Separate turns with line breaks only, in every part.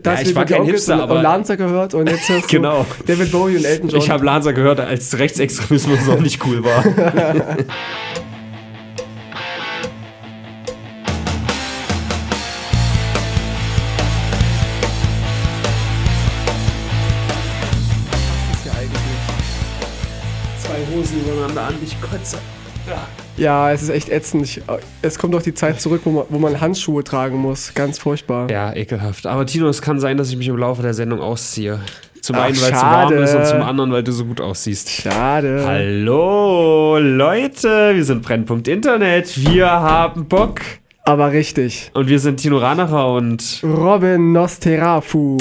Das
ich war
David
kein
Jonkins
Hipster,
und- und
aber-
Lanza gehört und jetzt hast du
Genau.
David Bowie und Elton John.
Ich habe Lanza gehört, als Rechtsextremismus noch nicht cool war.
das ja eigentlich.
Zwei Hosen übereinander an, ich kotze.
Ja, es ist echt ätzend. Ich, äh, es kommt doch die Zeit zurück, wo man, wo man Handschuhe tragen muss. Ganz furchtbar.
Ja, ekelhaft. Aber Tino, es kann sein, dass ich mich im Laufe der Sendung ausziehe. Zum
Ach,
einen, weil es warm
schade.
ist und zum anderen, weil du so gut aussiehst.
Schade.
Halt. Hallo, Leute, wir sind Brennpunkt Internet. Wir haben Bock.
Aber richtig.
Und wir sind Tino Ranacher und.
Robin Nosterafu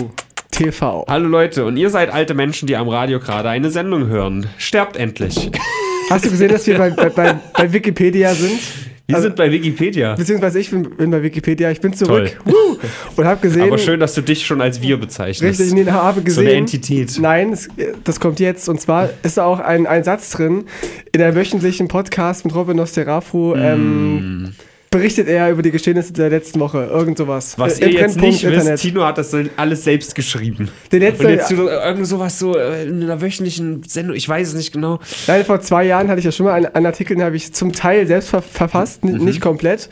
TV.
Hallo Leute, und ihr seid alte Menschen, die am Radio gerade eine Sendung hören. Sterbt endlich.
Hast du gesehen, dass wir bei, bei, bei, bei Wikipedia sind?
Wir
Also-
sind bei Wikipedia.
Beziehungsweise ich bin, bin bei Wikipedia. Ich bin zurück.
Toll.
Wuhu! Und habe gesehen.
Aber schön, dass du dich schon als wir bezeichnest.
Richtig, nee, habe
So
gesehen.
eine Entität.
Nein, es, äh, das kommt jetzt. Und zwar ist da auch ein, ein Satz drin. In einem wöchentlichen Podcast mit Robin Nosterafu
Mm.
ähm, berichtet er über die Geschehnisse der letzten Woche. Irgend sowas.
Was
Äh,
ihr jetzt
Brennpunkt
nicht wisst, Tino hat das alles selbst geschrieben.
Der letzte-
Und jetzt so, äh, irgend sowas so äh, in einer wöchentlichen Sendung, ich weiß es nicht genau.
Nein, vor zwei Jahren hatte ich ja schon mal einen, einen Artikel, den habe ich zum Teil selbst ver verfasst,
Mhm.
n- nicht komplett.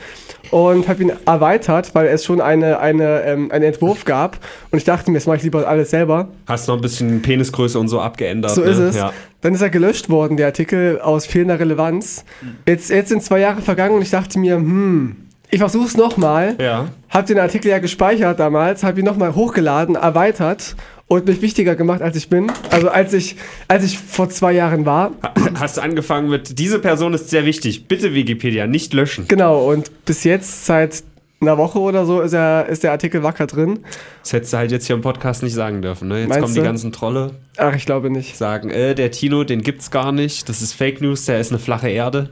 Und habe ihn erweitert, weil es schon eine, eine, ähm, einen Entwurf gab. Und ich dachte mir, jetzt mache ich lieber alles selber.
Hast noch ein bisschen Penisgröße und so abgeändert.
So
ne?
ist es.
Ja.
Dann ist er gelöscht worden, der Artikel, aus fehlender Relevanz. Jetzt, jetzt sind zwei Jahre vergangen und ich dachte mir, hm, ich versuche es nochmal.
ja.
Hab den Artikel ja gespeichert damals, hab ihn nochmal hochgeladen, erweitert und mich wichtiger gemacht, als ich bin. Also als ich, als ich vor zwei Jahren war.
Ha- Hast du angefangen mit, diese Person ist sehr wichtig, bitte Wikipedia, nicht löschen.
Genau, und bis jetzt, seit einer Woche oder so, ist, er, ist der Artikel wacker drin.
Das hättest du halt jetzt hier im Podcast nicht sagen dürfen. Ne? Jetzt
Meinst
kommen
du?
die ganzen Trolle,
Ach, ich glaube nicht.
sagen, äh, der Tino, den gibt's gar nicht, das ist Fake News, der ist eine flache Erde.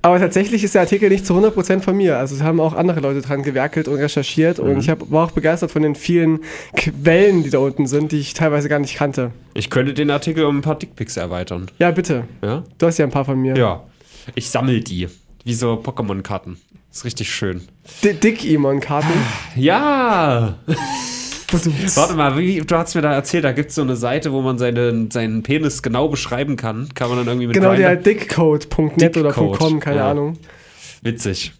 Aber tatsächlich ist der Artikel nicht zu 100% von mir. Also es haben auch andere Leute dran gewerkelt und recherchiert.
Mhm.
Und ich hab, war auch begeistert von den vielen Quellen, die da unten sind, die ich teilweise gar nicht kannte.
Ich könnte den Artikel um ein paar Dickpics erweitern.
Ja, bitte.
Ja?
Du hast ja ein paar von mir.
Ja. Ich sammel die. Wie so Pokémon-Karten. Ist richtig schön.
D- Dick-Imon-Karten.
Ah, Ja! Warte mal, wie, du hast mir da erzählt, da gibt es so eine Seite, wo man seine, seinen Penis genau beschreiben kann. Kann man dann irgendwie mit
genau,
Grindr-
der dickcode.net oder
Dickcode,
.com, keine
ja.
Ahnung.
Witzig.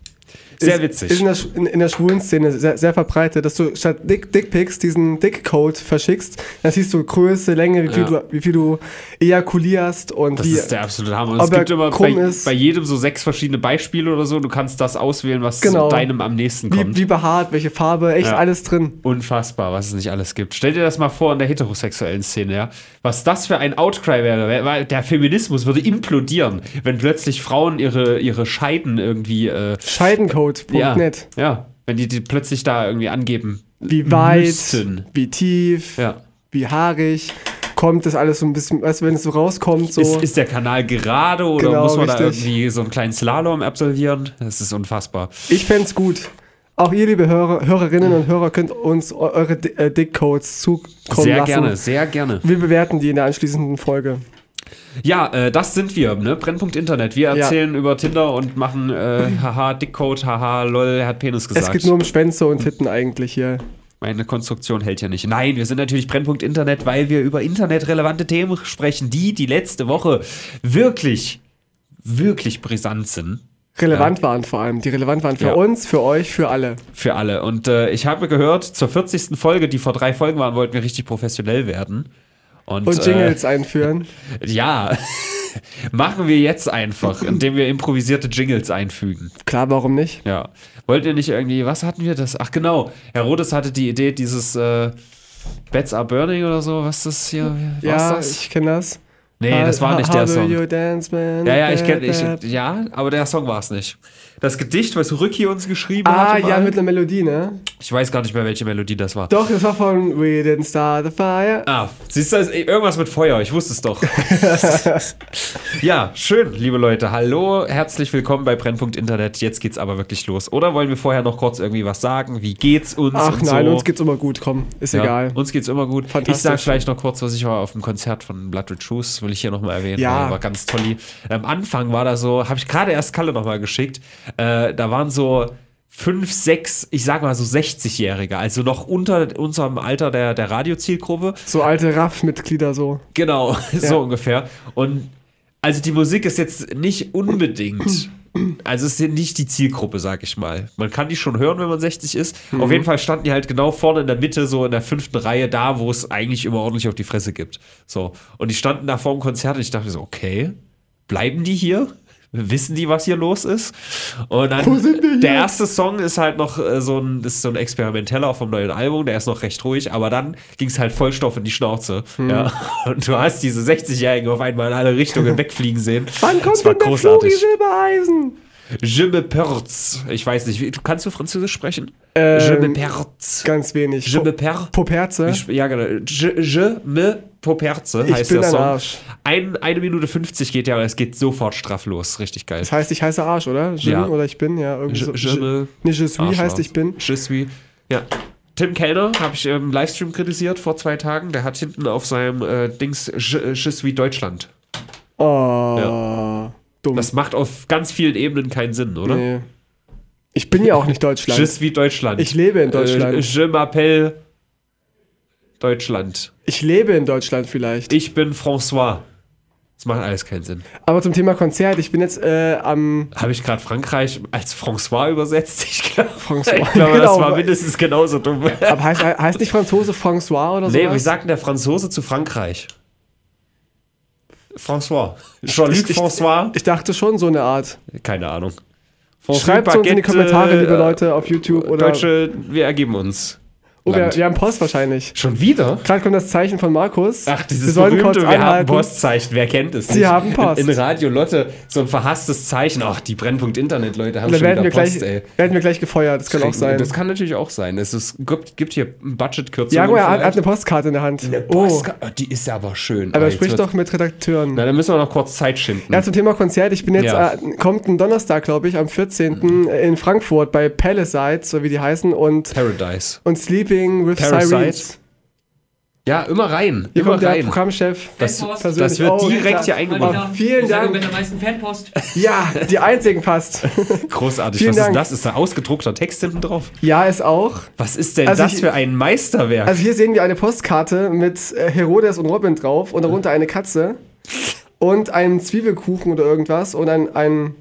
Sehr
ist,
witzig.
Ist in der, Sch- in, in der schwulen Szene sehr, sehr verbreitet, dass du statt Dick, Dickpics diesen Dickcode verschickst. Dann siehst du Größe, Länge, wie viel,
Ja.
du, wie viel du ejakulierst und
das
wie.
ist der absolute Hammer. Es
ob er
gibt immer bei,
krumm ist.
bei jedem so sechs verschiedene Beispiele oder so. Du kannst das auswählen, was
Genau.
deinem am nächsten
wie,
kommt.
wie behaart, welche Farbe, echt
Ja.
alles drin.
Unfassbar, was es nicht alles gibt. Stell dir das mal vor in der heterosexuellen Szene, ja. Was das für ein Outcry wäre, wär- weil der Feminismus würde implodieren, wenn plötzlich Frauen ihre, ihre Scheiden irgendwie. Äh, ja,
Scheidencode.net.
ja, wenn die, die plötzlich da irgendwie angeben.
Wie weit,
Müssten.
wie tief,
Ja.
wie haarig. Kommt das alles so ein bisschen, weißt du, wenn es so rauskommt, so.
Ist, ist der Kanal gerade oder
Genau,
muss man da
richtig.
irgendwie so einen kleinen Slalom absolvieren? Das ist unfassbar.
ich fänd's gut. Auch ihr, liebe Hörer, Hörerinnen und Hörer, könnt uns eu- eure D- äh, Dickcodes zukommen
sehr
lassen.
gerne, sehr gerne.
Wir bewerten die in der anschließenden Folge.
Ja, äh, das sind wir, ne? Brennpunkt Internet. Wir
Ja.
erzählen über Tinder und machen äh, haha, Dickcode, haha, lol, er hat Penis gesagt.
Es geht nur um Schwänze und Titten eigentlich hier.
Meine Konstruktion hält ja nicht. Nein, wir sind natürlich Brennpunkt Internet, weil wir über internetrelevante Themen sprechen, die die letzte Woche wirklich, wirklich brisant sind.
Relevant waren vor allem. Die relevant waren für
Ja.
uns, für euch, für alle.
Für alle. Und äh, ich habe gehört, zur 40. Folge, die vor drei Folgen waren, wollten wir richtig professionell werden. Und,
Und Jingles einführen.
Äh, ja, machen wir jetzt einfach, indem wir improvisierte Jingles einfügen.
Klar, warum nicht?
Ja. Wollt ihr nicht irgendwie, was hatten wir das? Ach genau, Herr Rodes hatte die Idee, dieses äh, Beds are Burning oder so, was ist das hier?
ja,
was ist das?
ich kenne das.
Nee, das war nicht der Song.
You dance, man,
Ja, ja, ich kenne,
Da, da.
ich, ja, aber der Song war es nicht. Das Gedicht, was Rücki uns geschrieben
Ah,
hat.
ja, mit einer Melodie, ne?
ich weiß gar nicht mehr, welche Melodie das war.
Doch, das war von We Didn't Start the Fire.
Ah, siehst du, es- irgendwas mit Feuer, ich wusste es doch. ja, schön, liebe Leute. Hallo, herzlich willkommen bei Brennpunkt Internet. Jetzt geht's aber wirklich los. Oder wollen wir vorher noch kurz irgendwie was sagen? Wie geht's uns?
Ach
und
nein,
so?
uns geht's immer gut, komm, ist
Ja,
egal.
Uns geht's immer gut. Ich
Fantastisch.
sag vielleicht noch kurz, was ich war auf dem Konzert von Blood Red Shoes, will ich hier nochmal erwähnen.
Ja.
War ganz toll. Am Anfang war da so, habe ich gerade erst Kalle nochmal geschickt, äh, da waren so fünf, sechs, ich sag mal so 60-Jährige, also noch unter unserem Alter der, der Radiozielgruppe.
So alte Raff-Mitglieder so.
Genau, so ungefähr. Und also die Musik ist jetzt nicht unbedingt. Also es ist nicht die Zielgruppe, sag ich mal. Man kann die schon hören, wenn man 60 ist. Auf jeden Fall standen die halt genau vorne in der Mitte, so in der fünften Reihe, da, wo es eigentlich immer ordentlich auf die Fresse gibt. So. Und die standen da vor dem Konzert und ich dachte mir so, okay, bleiben die hier? Wissen die, was hier los ist? Und dann,
Wo sind wir hier?
der erste Song ist halt noch äh, so ein, das ist so ein experimenteller vom neuen Album, der ist noch recht ruhig, aber dann ging es halt Vollstoff in die Schnauze.
Hm.
Ja. Und du hast diese 60-Jährigen auf einmal in alle Richtungen wegfliegen sehen.
Wann kommt
das war
denn der Flug, die
großartig.
Silbereisen?
Je me perds. Ich weiß nicht, wie, du- kannst du Französisch sprechen?
Ähm,
je me perds.
Ganz wenig.
Je me perds.
Poperze.
Ich- Ja, genau. Je, je me Poperze
Ich
heißt
bin
der
ein
Song.
Arsch.
Ein, eine Minute 50 geht ja, aber es geht sofort straff los. Richtig geil.
Das heißt, ich heiße Arsch, oder? Je
Ja.
oder ich bin, ja. Irgendwie
Je-
so.
je me-
nee, je suis
Arschloch.
heißt ich bin.
Je suis. Ja. Tim Kellner habe ich im Livestream kritisiert vor zwei Tagen. Der hat hinten auf seinem äh, Dings je, je suis Deutschland.
Oh, dumm.
Das macht auf ganz vielen Ebenen keinen Sinn, oder?
nee. Ich bin ja auch nicht Deutschland.
Je suis Deutschland.
Ich lebe in Deutschland.
Äh, je m'appelle Deutschland.
Ich lebe in Deutschland vielleicht.
Ich bin François. Das macht alles keinen Sinn.
Aber zum Thema Konzert, ich bin jetzt äh, am.
Habe ich gerade Frankreich als François übersetzt? Ich glaube,
François.
ich glaube das
Genau.
war mindestens genauso dumm.
Aber heißt, heißt nicht Franzose François oder so?
Nee, wie sagt denn der Franzose zu Frankreich? François. Jean-Luc
Ich- ich-
François?
Ich dachte schon so eine Art.
Keine Ahnung.
Schreibt es uns in die
Baguette,
Kommentare, liebe
äh,
Leute, auf YouTube oder.
Deutsche, wir ergeben uns.
oh, wir,
Land.
wir haben Post wahrscheinlich.
Schon wieder?
Gerade kommt das Zeichen von Markus.
Ach,
wir
dieses
sollen
berühmte,
kurz
wir haben
anhalten.
Postzeichen, wer kennt es
Sie
nicht?
haben Post.
In, in Radio Lotte so ein verhasstes Zeichen. Ach, die Brennpunkt-Internet-Leute haben
Da
schon wieder
werden wir,
Post,
gleich,
ey.
werden wir gleich gefeuert, das kann auch sein.
Das kann natürlich auch sein. Es ist, gibt, gibt hier Budgetkürzungen.
Jago er hat, hat
vielleicht.
eine Postkarte in der Hand.
Boah,
oh,
Ska- Die ist ja aber schön. Ah,
aber
jetzt
sprich
wird's-
doch mit Redakteuren.
Na, dann müssen wir noch kurz Zeit schinden.
Ja, zum Thema Konzert. Ich bin jetzt,
Ja.
äh, kommt ein Donnerstag, glaube ich, am 14. in Frankfurt bei Palisades, so wie die heißen, und,
Paradise.
und Sleeping with
Parasite.
Sirens.
Ja, immer rein.
Hier
immer
kommt der
rein.
Programmchef.
Das,
Fanpost.
das wird
Oh,
direkt
ja.
hier eingebaut.
Mann. Vielen
Die Sendung
Dank.
Mit der meisten Fanpost.
Ja, die einzigen passt.
Großartig.
Vielen
Was ist
Dank.
denn das? Ist da ausgedruckter Text hinten drauf?
Ja, ist auch.
Was ist denn
Also
das
ich-
für ein Meisterwerk?
Also hier sehen wir eine Postkarte mit äh, Herodes und Robin drauf und darunter eine Katze und einen Zwiebelkuchen oder irgendwas und ein, ein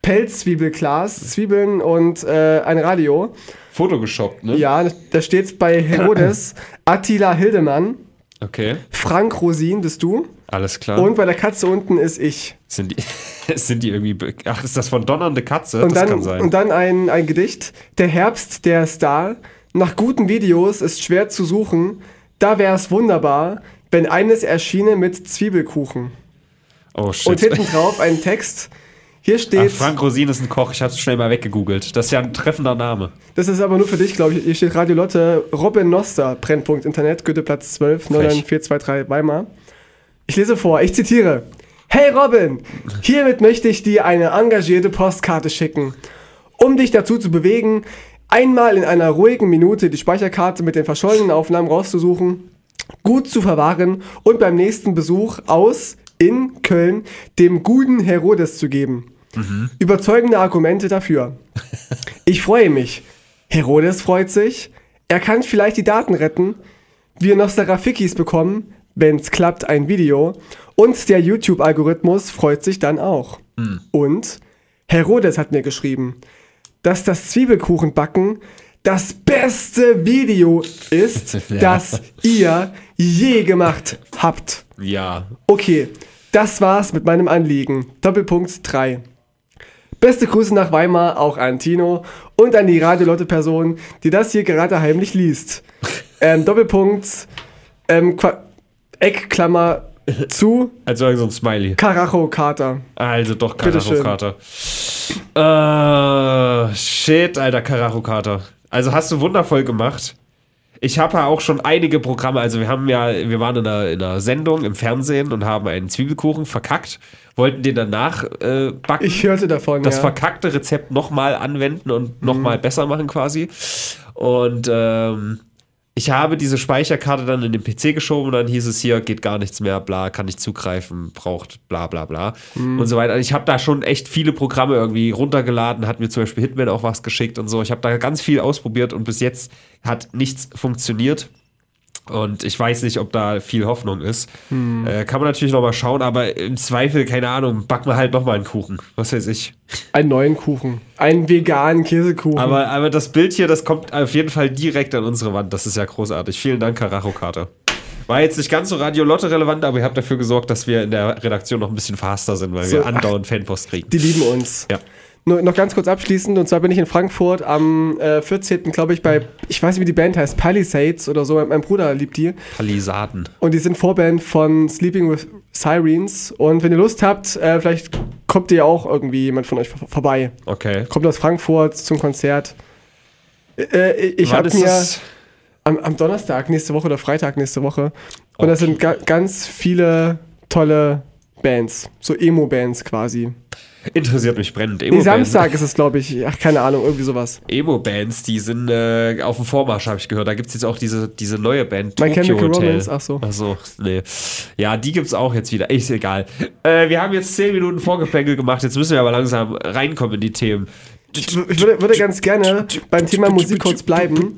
Pelzzwiebelglas, Zwiebeln und äh, ein Radio.
Foto geshoppt, ne?
Ja, da steht bei Herodes Attila Hildemann,
Okay,
Frank Rosin bist du
alles klar.
und bei der Katze unten ist ich.
Sind die, sind die irgendwie. be- Ach, ist das von Donnernde Katze?
Und
das
dann,
kann sein.
und dann ein, ein Gedicht. Der Herbst, der Star. Nach guten Videos ist schwer zu suchen. Da wäre es wunderbar, wenn eines erschiene mit Zwiebelkuchen.
oh,
Und
shit.
hinten drauf ein Text. Hier
Ach,
steht,
Frank Rosin ist ein Koch. Ich hab's schnell mal weggegoogelt. Das ist ja ein treffender Name.
das ist aber nur für dich, glaube ich. Hier steht Radio Lotte, Robin Noster, Brennpunkt Internet, Goetheplatz 12, 99423 Weimar. Ich lese vor, ich zitiere. Hey Robin, hiermit möchte ich dir eine engagierte Postkarte schicken, um dich dazu zu bewegen, einmal in einer ruhigen Minute die Speicherkarte mit den verschollenen Aufnahmen rauszusuchen, gut zu verwahren und beim nächsten Besuch aus in Köln dem guten Herodes zu geben. Überzeugende Argumente dafür. Ich freue mich. Herodes freut sich. Er kann vielleicht die Daten retten. Wir Nostarafikis bekommen, wenn's klappt, ein Video. Und der YouTube-Algorithmus freut sich dann auch. Und Herodes hat mir geschrieben, dass das Zwiebelkuchenbacken das beste Video ist,
Ja.
das ihr je gemacht habt.
Ja.
Okay, das war's mit meinem Anliegen. Doppelpunkt 3. Beste Grüße nach Weimar, auch an Tino und an die Radio-Lotte-Person, die das hier gerade heimlich liest. Ähm, Doppelpunkt, ähm, Qua- Eckklammer zu
Also irgend so ein Smiley.
Karacho-Kater.
Also doch
Bitteschön.
Karacho-Kater. Äh, shit, alter Karacho-Kater. Also hast du wundervoll gemacht. Ich habe ja auch schon einige Programme, also wir haben ja, wir waren in einer, in einer Sendung im Fernsehen und haben einen Zwiebelkuchen verkackt, wollten den danach äh, backen
Ich hörte davon,
das
ja.
verkackte Rezept nochmal anwenden und nochmal besser machen quasi. Und ähm, ich habe diese Speicherkarte dann in den PC geschoben und dann hieß es hier, geht gar nichts mehr, bla, kann nicht zugreifen, braucht bla bla bla und so weiter. Also ich habe da schon echt viele Programme irgendwie runtergeladen, hat mir zum Beispiel Hitman auch was geschickt und so. Ich habe da ganz viel ausprobiert und bis jetzt hat nichts funktioniert. Und ich weiß nicht, ob da viel Hoffnung ist. Äh, kann man natürlich nochmal schauen, aber im Zweifel, keine Ahnung, backen wir halt nochmal einen Kuchen. Was weiß ich.
Einen neuen Kuchen. Einen veganen Käsekuchen.
Aber, aber das Bild hier, das kommt auf jeden Fall direkt an unsere Wand. Das ist ja großartig. Vielen Dank, Karacho-Karte. War jetzt nicht ganz so Radiolotte-relevant, aber ihr habt dafür gesorgt, dass wir in der Redaktion noch ein bisschen faster sind, weil
So,
wir andauernd Fanpost kriegen.
die lieben uns.
Ja.
Nur noch ganz kurz abschließend, und zwar bin ich in Frankfurt am äh, 14. glaube ich bei, ich weiß nicht wie die Band heißt, Palisades oder so, mein, mein Bruder liebt die.
Palisaden.
Und die sind Vorband von Sleeping with Sirens. Und wenn ihr Lust habt, äh, vielleicht kommt ihr auch irgendwie jemand von euch vor- vorbei.
Okay.
Kommt aus Frankfurt zum Konzert. Äh, äh, ich
Wann
habe
ist
mir
es?
am, am Donnerstag nächste Woche oder Freitag nächste Woche. Und das
Okay.
sind ga ganz viele tolle Bands. So Emo-Bands quasi.
Interessiert mich brennend.
Nee,
Emo-Bands.
Samstag ist es, glaube ich. Ach, keine Ahnung, irgendwie sowas.
Emo-Bands, die sind äh, auf dem Vormarsch, habe ich gehört. Da gibt es jetzt auch diese, diese neue Band,
My
Tokyo
Chemical
Hotel.
Romance, ach so.
Ach so, nee. Ja, die gibt's auch jetzt wieder. Ist egal. Äh, wir haben jetzt 10 Minuten Vorgeplänkel gemacht. Jetzt müssen wir aber langsam reinkommen in die Themen.
Ich w- ich würde, würde ganz gerne Äh, beim Thema Musik kurz bleiben.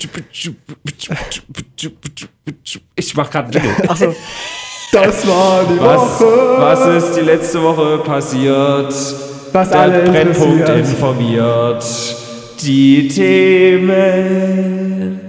Ich mach gerade einen Jingle.
Achso. Das war die
Was,
Woche.
was ist die letzte Woche passiert?
Was
Der
alle
Brennpunkt
interessiert.
informiert. Die Themen.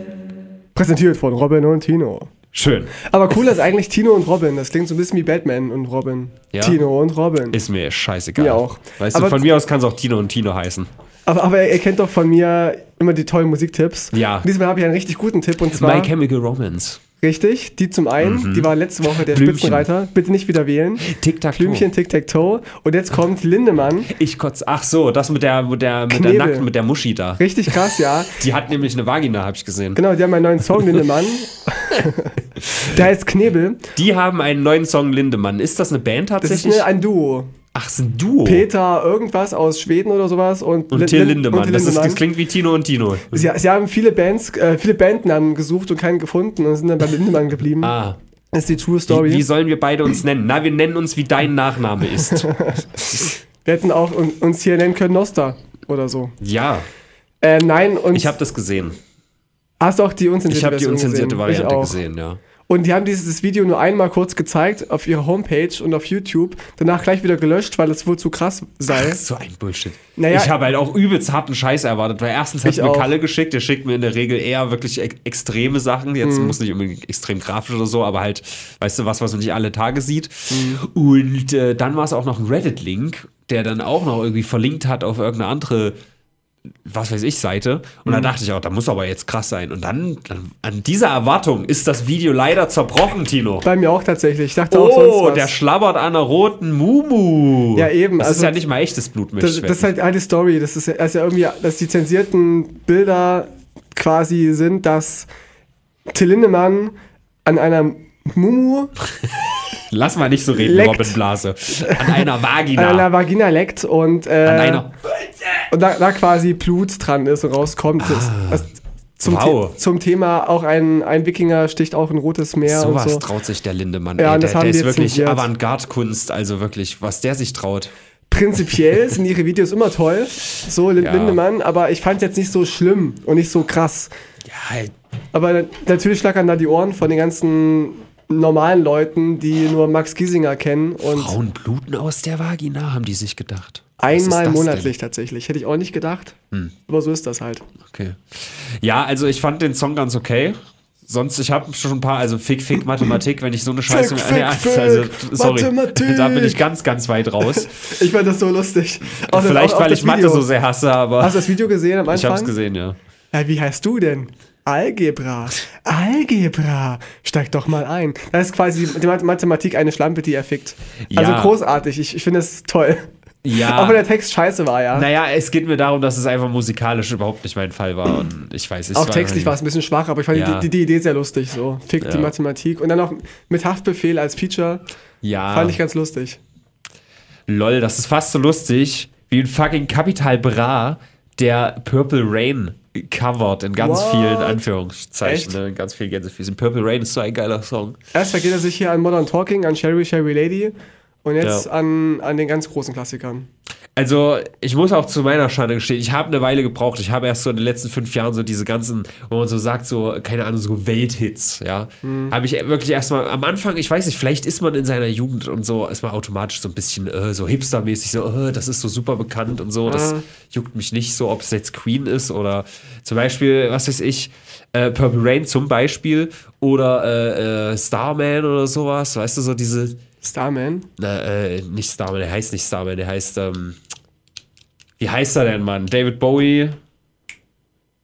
Präsentiert von Robin und Tino.
Schön.
Aber cool ist eigentlich Tino und Robin. Das klingt so ein bisschen wie Batman und Robin.
Ja.
Tino und Robin.
Ist mir scheißegal.
Mir auch.
Weißt
Aber-
du, von mir aus kann es auch Tino und Tino heißen.
Aber, aber ihr kennt doch von mir immer die tollen Musiktipps.
Ja.
Diesmal habe ich einen richtig guten Tipp und zwar
My Chemical Romance.
richtig. Die zum einen, die war letzte Woche der
Mhm. Blümchen. Oh.
Spitzenreiter. Bitte nicht wieder wählen.
Tic Tac
Blümchen, Tic Tac Toe. Und jetzt kommt Lindemann.
Ich kotz. Ach so, das mit der mit der mit der
Knebel.
Nackten, mit der Muschi da.
Richtig krass, ja.
Die hat nämlich eine Vagina, habe ich gesehen.
Genau, die haben einen neuen Song Lindemann. der heißt Knebel.
Die haben einen neuen Song Lindemann. Ist das eine Band
Das ist
tatsächlich?
eine, ein Duo.
Ach, ist ein Duo.
Peter irgendwas aus Schweden oder sowas und,
und
Lin-
Till
Lin-
Lindemann.
und Till
Das, ist,
Lindemann.
das klingt wie Tino und Tino.
Sie, sie haben viele Bands, äh, viele Bandnamen gesucht und keinen gefunden und sind dann bei Lindemann geblieben.
Ah.
Das ist die True Story.
Wie, wie sollen wir beide uns nennen? Na, wir nennen uns, wie dein Nachname ist.
Wir hätten auch un, uns hier nennen können Noster oder so.
ja,
Äh, nein, und
ich habe das gesehen.
hast auch die unzensierte
Ich habe die
Version
unzensierte
gesehen.
Variante
ich auch.
gesehen, ja.
Und die haben dieses Video nur einmal kurz gezeigt auf ihrer Homepage und auf YouTube, danach gleich wieder gelöscht, weil es wohl zu krass sei.
Ach, so ein Bullshit.
Naja-
ich habe halt auch übelst harten Scheiß erwartet, weil erstens hat
Ich
mir
auch.
Kalle geschickt, der schickt mir in der Regel eher wirklich ex extreme Sachen. Jetzt
Mhm.
muss nicht unbedingt extrem grafisch oder so, aber halt, weißt du, was, was man nicht alle Tage sieht.
Mhm.
Und äh, dann war es auch noch ein Reddit-Link, der dann auch noch irgendwie verlinkt hat auf irgendeine andere was weiß ich, Seite. Und
Mhm.
dann dachte ich auch, da muss aber jetzt krass sein. Und dann, dann an dieser Erwartung ist das Video leider zerbrochen, Tino.
Bei mir auch tatsächlich. Ich dachte auch sonst
Oh,
was.
der schlabbert an einer roten Mumu.
Ja, eben,
Das ist
also-
ja nicht mal echtes Blut, möchte
Das,
ich
das ist
wetten.
halt eine Story. Das ist, ja- das ist ja irgendwie, dass die zensierten Bilder quasi sind, dass Till Lindemann an einer Mumu,
Lass mal nicht so reden,
Leckt.
Robin Blase. An einer Vagina.
an einer Vagina leckt und, äh,
An einer.
und da, da quasi Blut dran ist und rauskommt. Das, das, zum,
Ah. wow.
The zum Thema auch ein, ein Wikinger sticht auch ein rotes Meer
Sowas
und so.
traut sich der Lindemann.
Ja,
Ey,
und
der
das haben
der
die
ist
jetzt
wirklich
zensiert.
Avantgarde-Kunst, also wirklich, was der sich traut.
Prinzipiell sind ihre Videos immer toll, so Lin
Ja.
Lindemann, aber ich fand es jetzt nicht so schlimm und nicht so krass.
Ja, ey,
Aber na- natürlich schlagern da die Ohren von den ganzen normalen Leuten, die nur Max Giesinger kennen. Und
Frauen bluten aus der Vagina, haben die sich gedacht. Was ist
einmal
das Hm.
monatlich tatsächlich. Hätte ich auch nicht gedacht. Aber so ist das halt.
Okay. Ja, also ich fand den Song ganz okay. Sonst, ich habe schon ein paar, also Fick, Fick, Mathematik, wenn ich so eine Scheiße.
Fick, Fick,
Nee,
Fick,
sorry,
Mathematik.
da bin ich ganz, ganz weit raus.
Ich fand das so lustig. Auch das-
Vielleicht,
auch- auch
weil
das
ich Mathe
Video.
so sehr hasse, aber
Hast du das Video gesehen am Anfang?
ich hab's gesehen, ja.
Ja, wie heißt du denn? Algebra. Algebra. Steig doch mal ein. Das ist quasi die Math- Mathematik eine Schlampe, die er fickt. Also
Ja.
großartig. Ich, ich finde es toll.
Ja.
Auch wenn der Text scheiße war, ja.
Naja, es geht mir darum, dass es einfach musikalisch überhaupt nicht mein Fall war. Und ich weiß, ich
Auch textlich war es ein bisschen schwach, aber ich fand
Ja.
die, die, die Idee sehr lustig. So, fick die
Ja.
Mathematik. Und dann auch mit Haftbefehl als Feature.
Ja,
Fand ich ganz lustig.
lol, das ist fast so lustig wie ein fucking Capital Bra, der Purple Rain covered in ganz
What?
vielen Anführungszeichen,
Echt?
ne? in ganz vielen Gänsefüßen. Purple Rain ist so ein geiler Song.
Erst vergeht er sich hier an Modern Talking, an Sherry Sherry Lady und jetzt
Ja.
an, an den ganz großen Klassikern.
Also, ich muss auch zu meiner Schande gestehen, ich habe eine Weile gebraucht. Ich habe erst so in den letzten fünf Jahren so diese ganzen, wo man so sagt, so, keine Ahnung, so Welthits, ja. Habe ich wirklich erstmal am Anfang, ich weiß nicht, vielleicht ist man in seiner Jugend und so, ist man automatisch so ein bisschen äh, so hipstermäßig, so, äh, das ist so super bekannt und so. Das juckt mich nicht so, ob es jetzt Queen ist oder zum Beispiel, was weiß ich, äh, Purple Rain zum Beispiel oder äh, äh, Starman oder sowas, weißt du, so diese.
Starman.
Na, äh, nicht Starman, der heißt nicht Starman, der heißt, ähm, wie heißt er denn, Mann? David Bowie?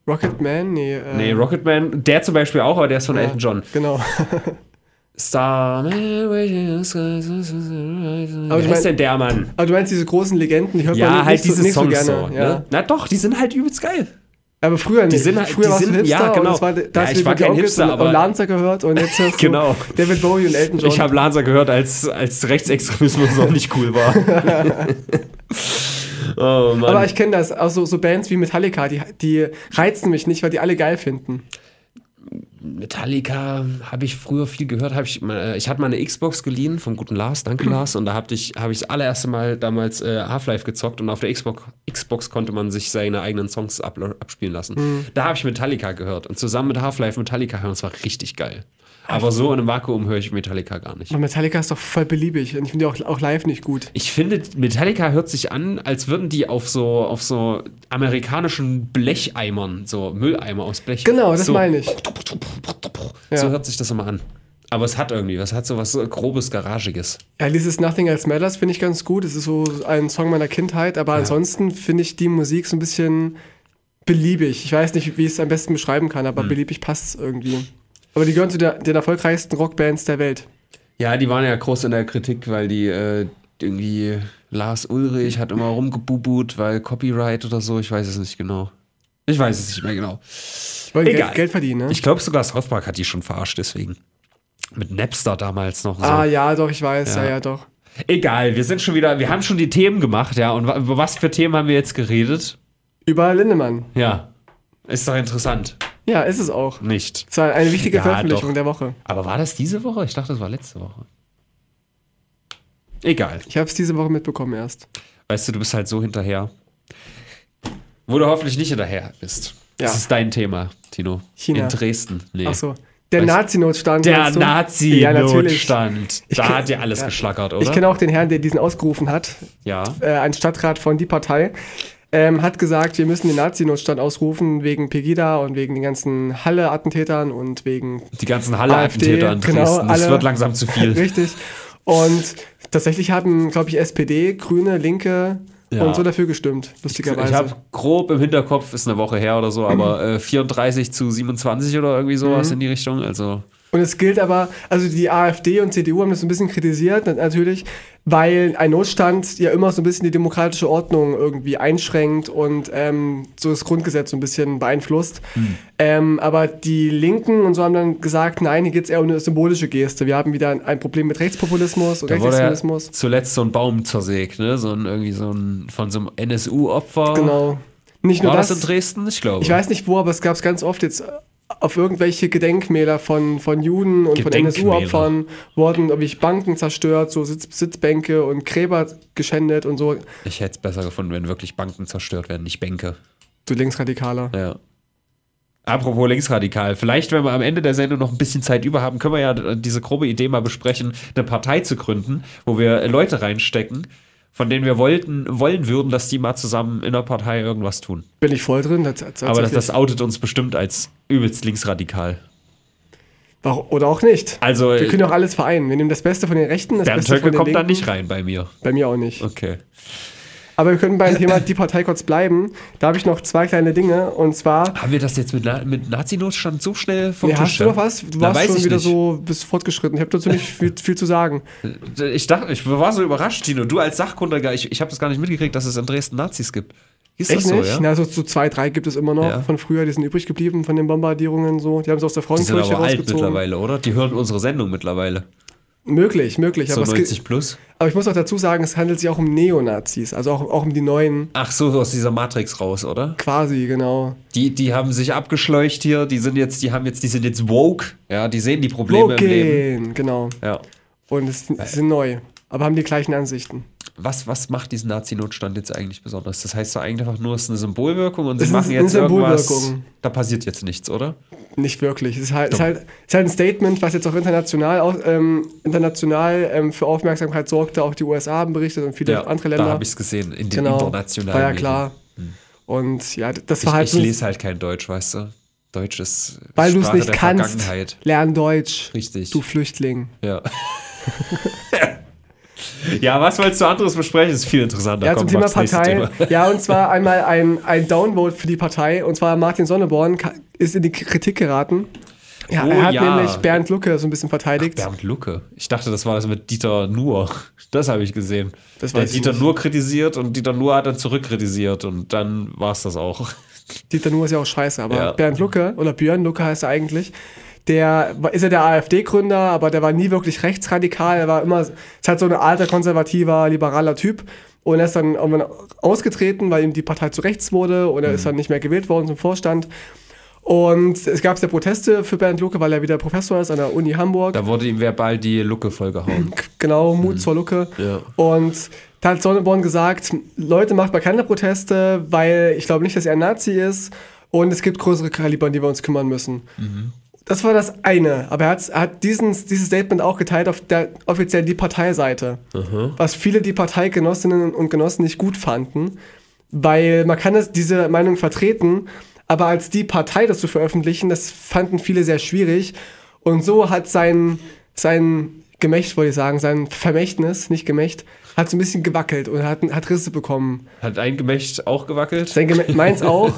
Rocketman? Nee. Äh,
Nee, Rocketman, der zum Beispiel auch, aber der ist von Elton John.
Genau.
Starman, waiting in the sky, so, so, so, so.
Aber ich
Wie heißt
mein-
denn der Mann?
Aber du meinst diese großen Legenden, die hört man
Ja,
nicht
halt
so,
diese
nicht so
Songs
gerne.
so,
ja.
ne? Na doch, die sind halt übelst geil.
Aber früher nicht.
Die sind halt-
früher
die
warst du
sind-
Hipster
ja,
und
genau.
das war, da
Ja,
hast
ich
du
war
die
kein
Onkels
Hipster,
und,
aber-
und Lanza gehört und jetzt hörst du
Genau.
David Bowie und Elton John.
Ich habe Lanza gehört, als, als Rechtsextremismus noch nicht cool war. oh Mann.
aber ich kenne das, auch so, so Bands wie Metallica, die, die reizen mich nicht, weil die alle geil finden.
Metallica habe ich früher viel gehört. Hab ich, mal- äh, ich hatte mal eine Xbox geliehen vom guten Lars,
Mhm.
danke Lars, und da habe ich, hab ich das allererste Mal damals äh, Half-Life gezockt und auf der Xbox, Xbox konnte man sich seine eigenen Songs ab, abspielen lassen.
Mhm.
Da habe ich Metallica gehört und zusammen mit Half-Life Metallica hören, das war richtig geil. Aber so in einem Vakuum höre ich Metallica gar nicht.
Und Metallica ist doch voll beliebig und ich finde die auch, auch live nicht gut.
Ich finde, Metallica hört sich an, als würden die auf so, auf so amerikanischen Blecheimern, so Mülleimer aus Blech.
Genau, das
so,
meine ich.
So
Ja.
hört sich das immer an. Aber es hat irgendwie, was hat so was so grobes, garagiges.
Ja, dieses Nothing Else Matters finde ich ganz gut. Es ist so ein Song meiner Kindheit, aber ansonsten finde ich die Musik so ein bisschen beliebig. Ich weiß nicht, wie ich es am besten beschreiben kann,
Hm.
aber beliebig passt es irgendwie. Aber die gehören zu der, den erfolgreichsten Rockbands der Welt.
Ja, die waren ja groß in der Kritik, weil die äh, irgendwie Lars Ulrich hat immer rumgebubut, weil Copyright oder so, ich weiß es nicht genau. Ich weiß es nicht mehr genau.
Die wollen
Egal.
Geld, Geld verdienen, ne?
Ich glaube sogar South Park hat die schon verarscht, deswegen. Mit Napster damals noch so.
ah, ja, doch, ich weiß. Ja,
Ja.
ja, doch.
Egal, wir sind schon wieder, wir haben schon die Themen gemacht, ja. Und wa- über was für Themen haben wir jetzt geredet?
Über Lindemann.
Ja. Ist doch interessant.
Ja, ist es auch.
Nicht.
Es war eine wichtige
Ja,
Veröffentlichung
doch.
der Woche.
Aber war das diese Woche? Ich dachte, das war letzte Woche. Egal.
Ich habe es diese Woche mitbekommen erst.
Weißt du, du bist halt so hinterher. Wo du hoffentlich nicht hinterher bist.
Ja.
Das ist dein Thema, Tino.
China.
In Dresden. Nee.
Ach so. Der
Weißt-
Nazi-Notstand.
Der
meinst du? Ja, natürlich.
Nazi-Notstand.
Ich
da
kenn-
hat dir alles
ja.
geschlackert,
Ich
oder?
kenne auch den Herrn, der diesen ausgerufen hat.
ja.
äh, ein Stadtrat von die Partei, ähm, hat gesagt, wir müssen den Nazi-Notstand ausrufen wegen Pegida und wegen den ganzen Halle-Attentätern und wegen
Die ganzen Halle-Attentäter in
AfD,
Dresden.
genau,
das
alle-
wird langsam zu viel.
richtig. Und tatsächlich haben, glaube ich, SPD, Grüne, Linke
Ja.
und so dafür gestimmt,
Ich
lustigerweise.
habe grob im Hinterkopf, ist eine Woche her oder so, aber äh, 34 zu 27 oder irgendwie
Mhm.
sowas in die Richtung. Also
und es gilt aber, also die AfD und CDU haben das ein bisschen kritisiert, nat- natürlich, weil ein Notstand ja immer so ein bisschen die demokratische Ordnung irgendwie einschränkt und ähm, so das Grundgesetz so ein bisschen beeinflusst.
Mhm.
Ähm, aber die Linken und so haben dann gesagt, nein, hier geht es eher um eine symbolische Geste. Wir haben wieder ein, ein Problem mit Rechtspopulismus und
da wurde ja
Rechtsextremismus.
zuletzt so ein Baum zersägt, ne? So ein, irgendwie so ein von so einem NSU-Opfer.
Genau. Nicht nur
War
das.
das in Dresden? Ich glaube.
Ich weiß nicht wo, aber es gab es ganz oft jetzt äh, auf irgendwelche Gedenkmäler von, von Juden und von
Gedenkmäler.
NSU-Opfern wurden irgendwie Banken zerstört, so Sitz, Sitzbänke und Gräber geschändet und so.
Ich hätte es besser gefunden, wenn wirklich Banken zerstört werden, nicht Bänke.
Du Linksradikaler.
Ja. Apropos linksradikal, vielleicht, wenn wir am Ende der Sendung noch ein bisschen Zeit über haben, können wir ja äh, diese grobe Idee mal besprechen, eine Partei zu gründen, wo wir äh, Leute reinstecken, von denen wir wollten, wollen würden, dass die mal zusammen in der Partei irgendwas tun.
Bin ich voll drin. tats- tats-
Aber das,
tatsächlich.
das outet uns bestimmt als übelst linksradikal.
Warum- Oder auch nicht.
Also,
Wir können
äh,
auch alles vereinen. Wir nehmen das Beste von den Rechten, das
Bernd
Beste
Töcke
von den
kommt da
Linken.
nicht rein bei mir.
Bei mir auch nicht.
Okay.
Aber wir können beim Thema die Partei kurz bleiben. Da habe ich noch zwei kleine Dinge. Und zwar,
Haben wir das jetzt mit, Na mit Nazi-Notstand so schnell vom
nee,
Tisch?
hast du
ja?
noch was? Du
Na,
warst
weiß
schon
ich
wieder
nicht.
so bis fortgeschritten. Ich habe dazu nicht viel, viel zu sagen.
Ich dachte, ich war so überrascht, Tino. Du als Sachkundiger, ich, ich habe das gar nicht mitgekriegt, dass es in Dresden Nazis gibt. Ist
Echt
das so,
nicht?
ja?
Na, so, so zwei, drei gibt es immer noch
Ja.
von früher, die sind übrig geblieben von den Bombardierungen so. Die haben sie aus der
Die sind
Frauenkirche
aber alt
rausgezogen.
mittlerweile, oder? Die hören unsere Sendung mittlerweile.
möglich, möglich.
So
aber, es
90
gibt,
plus.
Aber ich muss auch dazu sagen, es handelt sich auch um Neonazis, also auch, auch um die neuen.
Ach so, aus dieser Matrix raus, oder?
Quasi, genau.
Die, die haben sich abgeschleucht hier, die sind jetzt, die haben jetzt, die sind jetzt woke, ja, die sehen die Probleme
Woken,
im Leben. Äh.
genau.
Ja.
Und es, es sind neu, aber haben die gleichen Ansichten.
Was, was macht diesen Nazi-Notstand jetzt eigentlich besonders? Das heißt doch eigentlich einfach nur, es ist eine Symbolwirkung und sie
Es ist
machen
eine
jetzt irgendwas.
Symbolwirkung.
Da passiert jetzt nichts, oder?
Nicht wirklich. Es ist halt, es ist
Dumm.
halt, es ist halt ein Statement, was jetzt auch international, aus- ähm, international ähm, für Aufmerksamkeit sorgte. Auch die USA haben berichtet und viele andere
Da
Länder.
habe ich es gesehen, in den
genau.
internationalen.
War ja
Medien.
klar. Und ja, d- das
Hm. Ich,
war halt.
ich lese halt kein Deutsch, weißt du? Deutsch ist
weil du es
Sprache
nicht
der
kannst,
Vergangenheit.
lern Deutsch.
Richtig.
Du Flüchtling.
Ja. ja, was wolltest du anderes besprechen? Ist viel interessanter.
Ja,
Komm,
zum Thema
Max, nächstes
Partei.
Thema.
Ja, und zwar einmal ein, ein Downvote für die Partei. Und zwar Martin Sonneborn ka- ist in die Kritik geraten. Ja,
Oh,
er hat
ja.
nämlich Bernd Lucke so ein bisschen verteidigt.
Bernd Lucke. Ich dachte, das war das mit Dieter Nuhr. Das habe ich gesehen.
Das
Der
weiß ich
Dieter
nicht.
Nuhr kritisiert und Dieter Nuhr hat dann zurückkritisiert und dann war es das auch.
Dieter Nuhr ist ja auch scheiße, aber
Ja.
Bernd Lucke oder Björn Lucke heißt er eigentlich. Der war- ist ja der AfD-Gründer, aber der war nie wirklich rechtsradikal. Er war immer, ist halt so ein alter, konservativer, liberaler Typ. Und er ist dann irgendwann ausgetreten, weil ihm die Partei zu rechts wurde und er ist dann nicht mehr gewählt worden zum Vorstand. Und es gab sehr Proteste für Bernd Lucke, weil er wieder Professor ist an der Uni Hamburg.
Da wurde ihm verbal die Lucke vollgehauen.
Genau, Mut zur Lucke.
Ja.
Und da hat Sonneborn gesagt, Leute, macht mal keine Proteste, weil ich glaube nicht, dass er ein Nazi ist und es gibt größere Kaliber, an die wir uns kümmern müssen. Das war das eine, aber er hat, er hat diesen, dieses Statement auch geteilt auf der offiziell die Parteiseite, was viele die Parteigenossinnen und Genossen nicht gut fanden, weil man kann das, diese Meinung vertreten, aber als die Partei das zu veröffentlichen, das fanden viele sehr schwierig und so hat sein, sein Gemächt, wollte ich sagen, sein Vermächtnis, nicht Gemächt, hat so ein bisschen gewackelt und hat, hat Risse bekommen.
Hat ein Gemächt auch gewackelt?
Sein Geme meins auch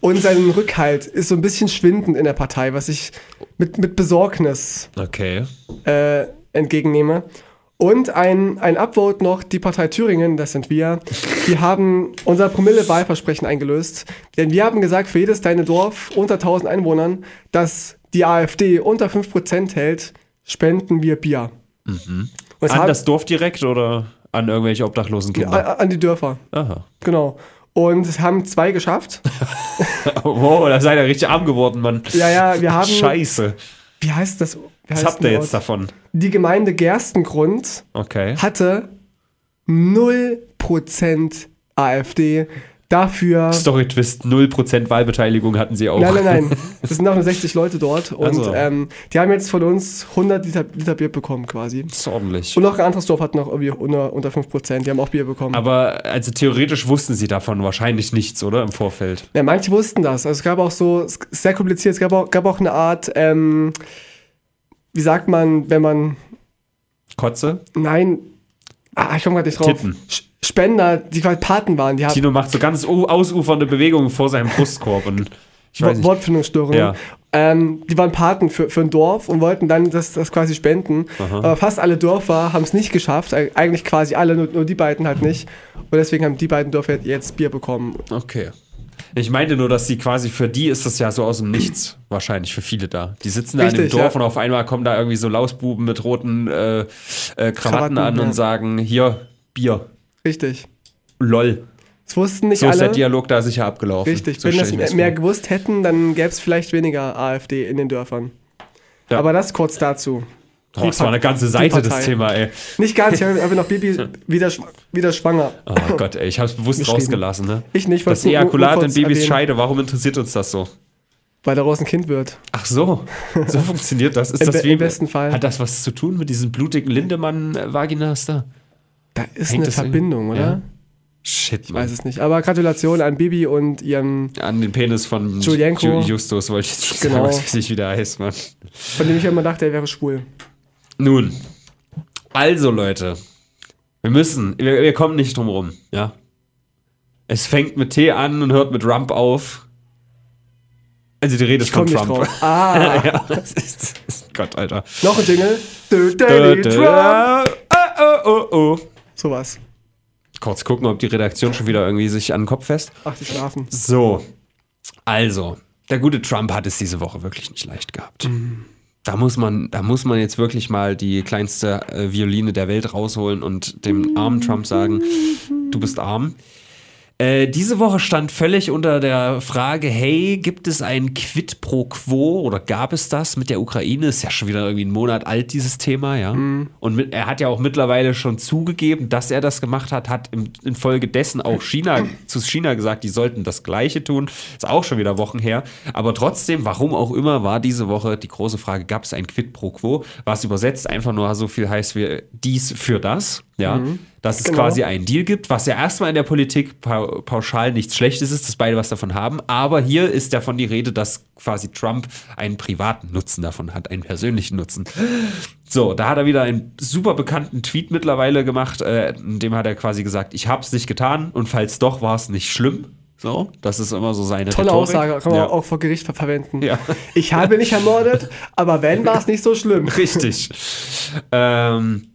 und sein Rückhalt ist so ein bisschen schwindend in der Partei, was ich mit, mit Besorgnis
Okay.
äh, entgegennehme. Und ein, ein Upvote noch, die Partei Thüringen, das sind wir, die haben unser Promille-Wahlversprechen eingelöst. Denn wir haben gesagt, für jedes kleine Dorf unter 1000 Einwohnern, das die AfD unter 5% hält, spenden wir Bier. Und es
Mhm. An
haben-
das Dorf direkt oder an irgendwelche obdachlosen
a-
Kinder?
a- an die Dörfer,
Aha.
genau. Und es haben zwei geschafft.
Oh, Wow, da seid ihr richtig arm geworden, Mann.
Ja, ja, wir haben-
Scheiße.
Wie heißt das? Wie
Was
heißt
habt
denn
ihr
der
jetzt
Ort?
davon?
Die Gemeinde Gerstengrund
Okay.
hatte 0% AfD. Dafür.
Story Twist, 0% Wahlbeteiligung hatten sie auch.
Nein, nein, nein. Es sind auch nur 60 Leute dort. Und
Oh. Also.
ähm, die haben jetzt von uns 100 Liter, Liter Bier bekommen quasi.
Das ist ordentlich.
Und noch ein anderes Dorf hat noch irgendwie unter, unter 5%. Die haben auch Bier bekommen.
Aber also theoretisch wussten sie davon wahrscheinlich nichts, oder? Im Vorfeld.
Ja, manche wussten das. Also es gab auch so, es ist sehr kompliziert, es gab auch, gab auch eine Art, ähm, wie sagt man, wenn man,
Kotze?
nein, ah, ich komme gerade nicht drauf.
Titten.
Sch- Spender, die quasi Paten waren, die haben
Tino macht so ganz u- ausufernde Bewegungen vor seinem Brustkorb und ich weiß
Wo-
nicht.
Wortfindungsstörungen.
Ja.
Ähm, die waren Paten für, für ein Dorf und wollten dann das, das quasi spenden. Aber fast alle Dörfer haben es nicht geschafft. Eig- Eigentlich quasi alle, nur, nur die beiden halt nicht. Und deswegen haben die beiden Dörfer jetzt Bier bekommen.
Okay. Ich meinte nur, dass sie quasi für die ist das ja so aus dem Nichts wahrscheinlich für viele da. Die sitzen da in
Richtig,
dem Dorf
ja.
und auf einmal kommen da irgendwie so Lausbuben mit roten äh, äh, Krawatten,
Krawatten,
an
ja.
und sagen, hier, Bier,
Richtig.
lol.
Es wussten nicht
So ist der
alle.
Dialog da sicher abgelaufen.
Richtig.
so
Wenn
stell
das
ich mir
mehr,
das
mehr
vor.
gewusst hätten, dann gäbe es vielleicht weniger AfD in den Dörfern.
Ja.
Aber das kurz dazu.
Oh, das war eine ganze Seite, das
Partei.
Thema, ey.
Nicht ganz, ich habe hab noch Bibi wieder, schw- wieder schwanger.
Oh Gott, ey, ich hab's bewusst
Geschrieben.
rausgelassen, ne?
Ich nicht,
Das
wollt's nur- nur
Ejakulat in
kurz
Babys
erwähnen.
Scheide, warum interessiert uns das so?
Weil daraus ein Kind wird.
Ach so, so funktioniert das. Ist
Im
das
be- im besten Fall.
Hat das was zu tun mit diesen blutigen Lindemann-Vaginas da?
Da ist
Hängt
eine
das in-
Verbindung, oder?
Ja.
Weiß
Shit, Mann.
es nicht. Aber Gratulation an Bibi und ihren
An den Penis von
Julienko.
Ju- Justus wollte ich jetzt schon
Genau.
sagen, was weiß ich, wie der heißt, Mann.
Von dem ich immer dachte, er wäre schwul.
Nun, also Leute, wir müssen, wir, wir kommen nicht drum rum, ja. Es fängt mit T an und hört mit Rump auf. Also die Rede ist von
Komm nicht
Trump.
drauf. Ah,
ja, das ist, das ist, Gott, Alter. Äh,
noch ein Jingle. Dö,
Dö,
Daddy
dö.
Trump.
Oh, oh, oh, oh.
Sowas.
Kurz gucken, ob die Redaktion schon wieder irgendwie sich an den Kopf fest.
Ach, die schlafen.
So, also, der gute Trump hat es diese Woche wirklich nicht leicht gehabt. da muss man, da muss man jetzt wirklich mal die kleinste äh, Violine der Welt rausholen und dem armen Trump sagen, du bist arm. Äh, diese Woche stand völlig unter der Frage, hey, gibt es ein Quid pro Quo oder gab es das mit der Ukraine? Ist ja schon wieder irgendwie ein Monat alt, dieses Thema, ja. Und mit, er hat ja auch mittlerweile schon zugegeben, dass er das gemacht hat, hat im, infolgedessen auch China, zu China gesagt, die sollten das Gleiche tun. Ist auch schon wieder Wochen her. Aber trotzdem, warum auch immer, war diese Woche die große Frage, gab es ein Quid pro Quo? Was übersetzt einfach nur so viel heißt wie dies für das, ja. Dass es
Genau.
quasi einen Deal gibt, was ja erstmal in der Politik pa pauschal nichts Schlechtes ist, dass beide was davon haben. Aber hier ist davon die Rede, dass quasi Trump einen privaten Nutzen davon hat, einen persönlichen Nutzen. So, da hat er wieder einen super bekannten Tweet mittlerweile gemacht, äh, in dem hat er quasi gesagt, ich hab's nicht getan und falls doch, war es nicht schlimm. So, das ist immer so seine
Tolle
Rhetorik.
Aussage, kann man
ja.
auch vor Gericht ver verwenden.
Ja.
Ich habe nicht ermordet, aber wenn, war es nicht so schlimm.
Richtig. ähm,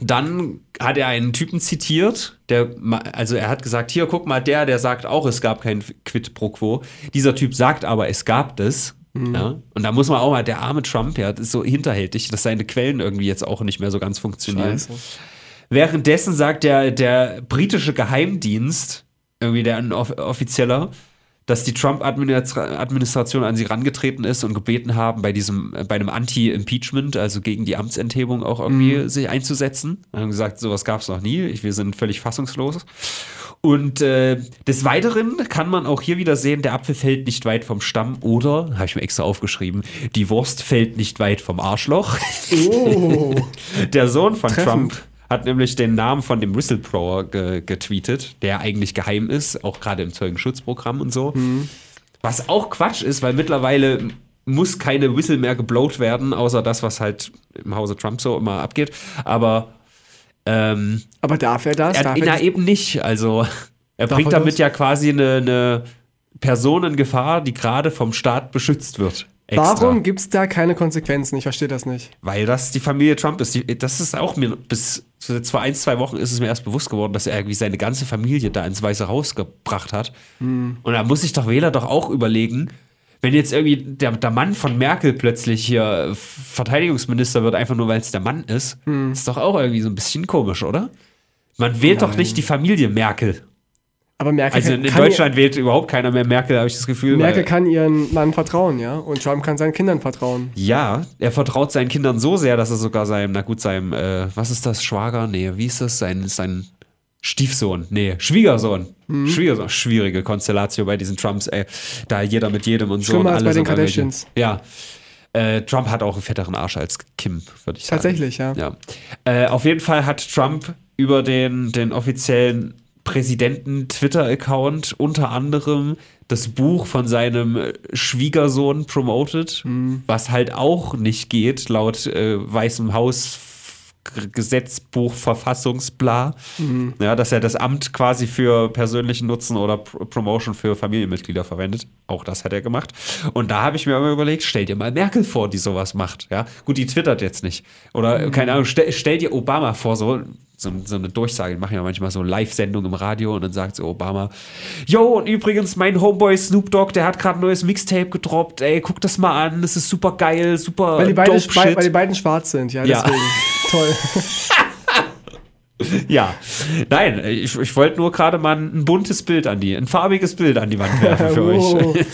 dann hat er einen Typen zitiert, der, ma- also er hat gesagt, hier guck mal, der, der sagt auch, es gab kein Quid pro Quo. Dieser Typ sagt aber, es gab das. Ja? Und da muss man auch mal, der arme Trump, ja, das ist so hinterhältig, dass seine Quellen irgendwie jetzt auch nicht mehr so ganz funktionieren.
Scheiße.
Währenddessen sagt der, der britische Geheimdienst, irgendwie der ein Off offizieller, dass die Trump-Administration an sie rangetreten ist und gebeten haben, bei diesem, bei einem Anti-Impeachment, also gegen die Amtsenthebung auch irgendwie sich einzusetzen. Und haben gesagt, sowas gab es noch nie. Ich, wir sind völlig fassungslos. Und äh, des Weiteren kann man auch hier wieder sehen, der Apfel fällt nicht weit vom Stamm oder, habe ich mir extra aufgeschrieben, die Wurst fällt nicht weit vom Arschloch.
Oh.
Der Sohn von
Treffend.
Trump hat nämlich den Namen von dem Whistleblower ge getweetet, der eigentlich geheim ist, auch gerade im Zeugenschutzprogramm und so.
Mhm.
Was auch Quatsch ist, weil mittlerweile muss keine Whistle mehr geblowt werden, außer das, was halt im Hause Trump so immer abgeht. Aber ähm,
Aber darf er das?
er,
Darf er
na, eh
das?
eben nicht. Also er bringt
er
damit
das?
ja quasi eine, eine Person in Gefahr, die gerade vom Staat beschützt wird. Extra.
Warum gibt es da keine Konsequenzen? Ich verstehe das nicht.
Weil das die Familie Trump ist. Die, das ist auch mir bis jetzt vor ein, zwei Wochen ist es mir erst bewusst geworden, dass er irgendwie seine ganze Familie da ins Weiße Haus gebracht hat. Und da muss sich doch Wähler doch auch überlegen, wenn jetzt irgendwie der, der Mann von Merkel plötzlich hier Verteidigungsminister wird, einfach nur weil es der Mann ist, ist doch auch irgendwie so ein bisschen komisch, oder? Man wählt doch nicht die Familie Merkel.
Aber Merkel,
Also in, in Deutschland wählt überhaupt keiner mehr Merkel, habe ich das Gefühl.
ihr, Merkel
weil-
kann ihren Mann vertrauen, ja? Und Trump kann seinen Kindern vertrauen.
Ja, er vertraut seinen Kindern so sehr, dass er sogar seinem, na gut, seinem, äh, was ist das, Schwager? Nee, wie ist das? Sein, sein Stiefsohn, nee, Schwiegersohn.
Mhm.
Schwiegersohn. Schwierige Konstellation bei diesen Trumps, ey. Da jeder mit jedem und so.
Schlimmer
und
als bei den
sind irgendwelche-
Kardashians.
Ja. Äh, Trump hat auch einen fetteren Arsch als Kim, würde ich sagen.
Tatsächlich, ja.
Ja. Äh, auf jeden Fall hat Trump über den, den offiziellen Präsidenten-Twitter-Account unter anderem das Buch von seinem äh, Schwiegersohn promoted,
Mhm.
was halt auch nicht geht, laut äh, Weißem Haus. G- Gesetzbuch, Verfassungsbla,
Mhm.
ja, dass er das Amt quasi für persönlichen Nutzen oder Pr Promotion für Familienmitglieder verwendet. Auch das hat er gemacht. Und da habe ich mir immer überlegt, stell dir mal Merkel vor, die sowas macht. Ja, gut, die twittert jetzt nicht.
Mhm.
Oder keine Ahnung, stell, stell dir Obama vor, so, so, so eine Durchsage. Die machen ja manchmal so Live-Sendung im Radio und dann sagt so Obama: Yo, und übrigens, mein Homeboy Snoop Dogg, der hat gerade ein neues Mixtape gedroppt. Ey, guck das mal an, das ist super geil, super.
Weil die, beiden,
dope
weil,
shit.
weil die beiden schwarz sind, ja,
Ja.
deswegen. Toll.
Ja, nein, ich, ich wollte nur gerade mal ein buntes Bild an die, ein farbiges Bild an die Wand werfen für
Wow.
euch.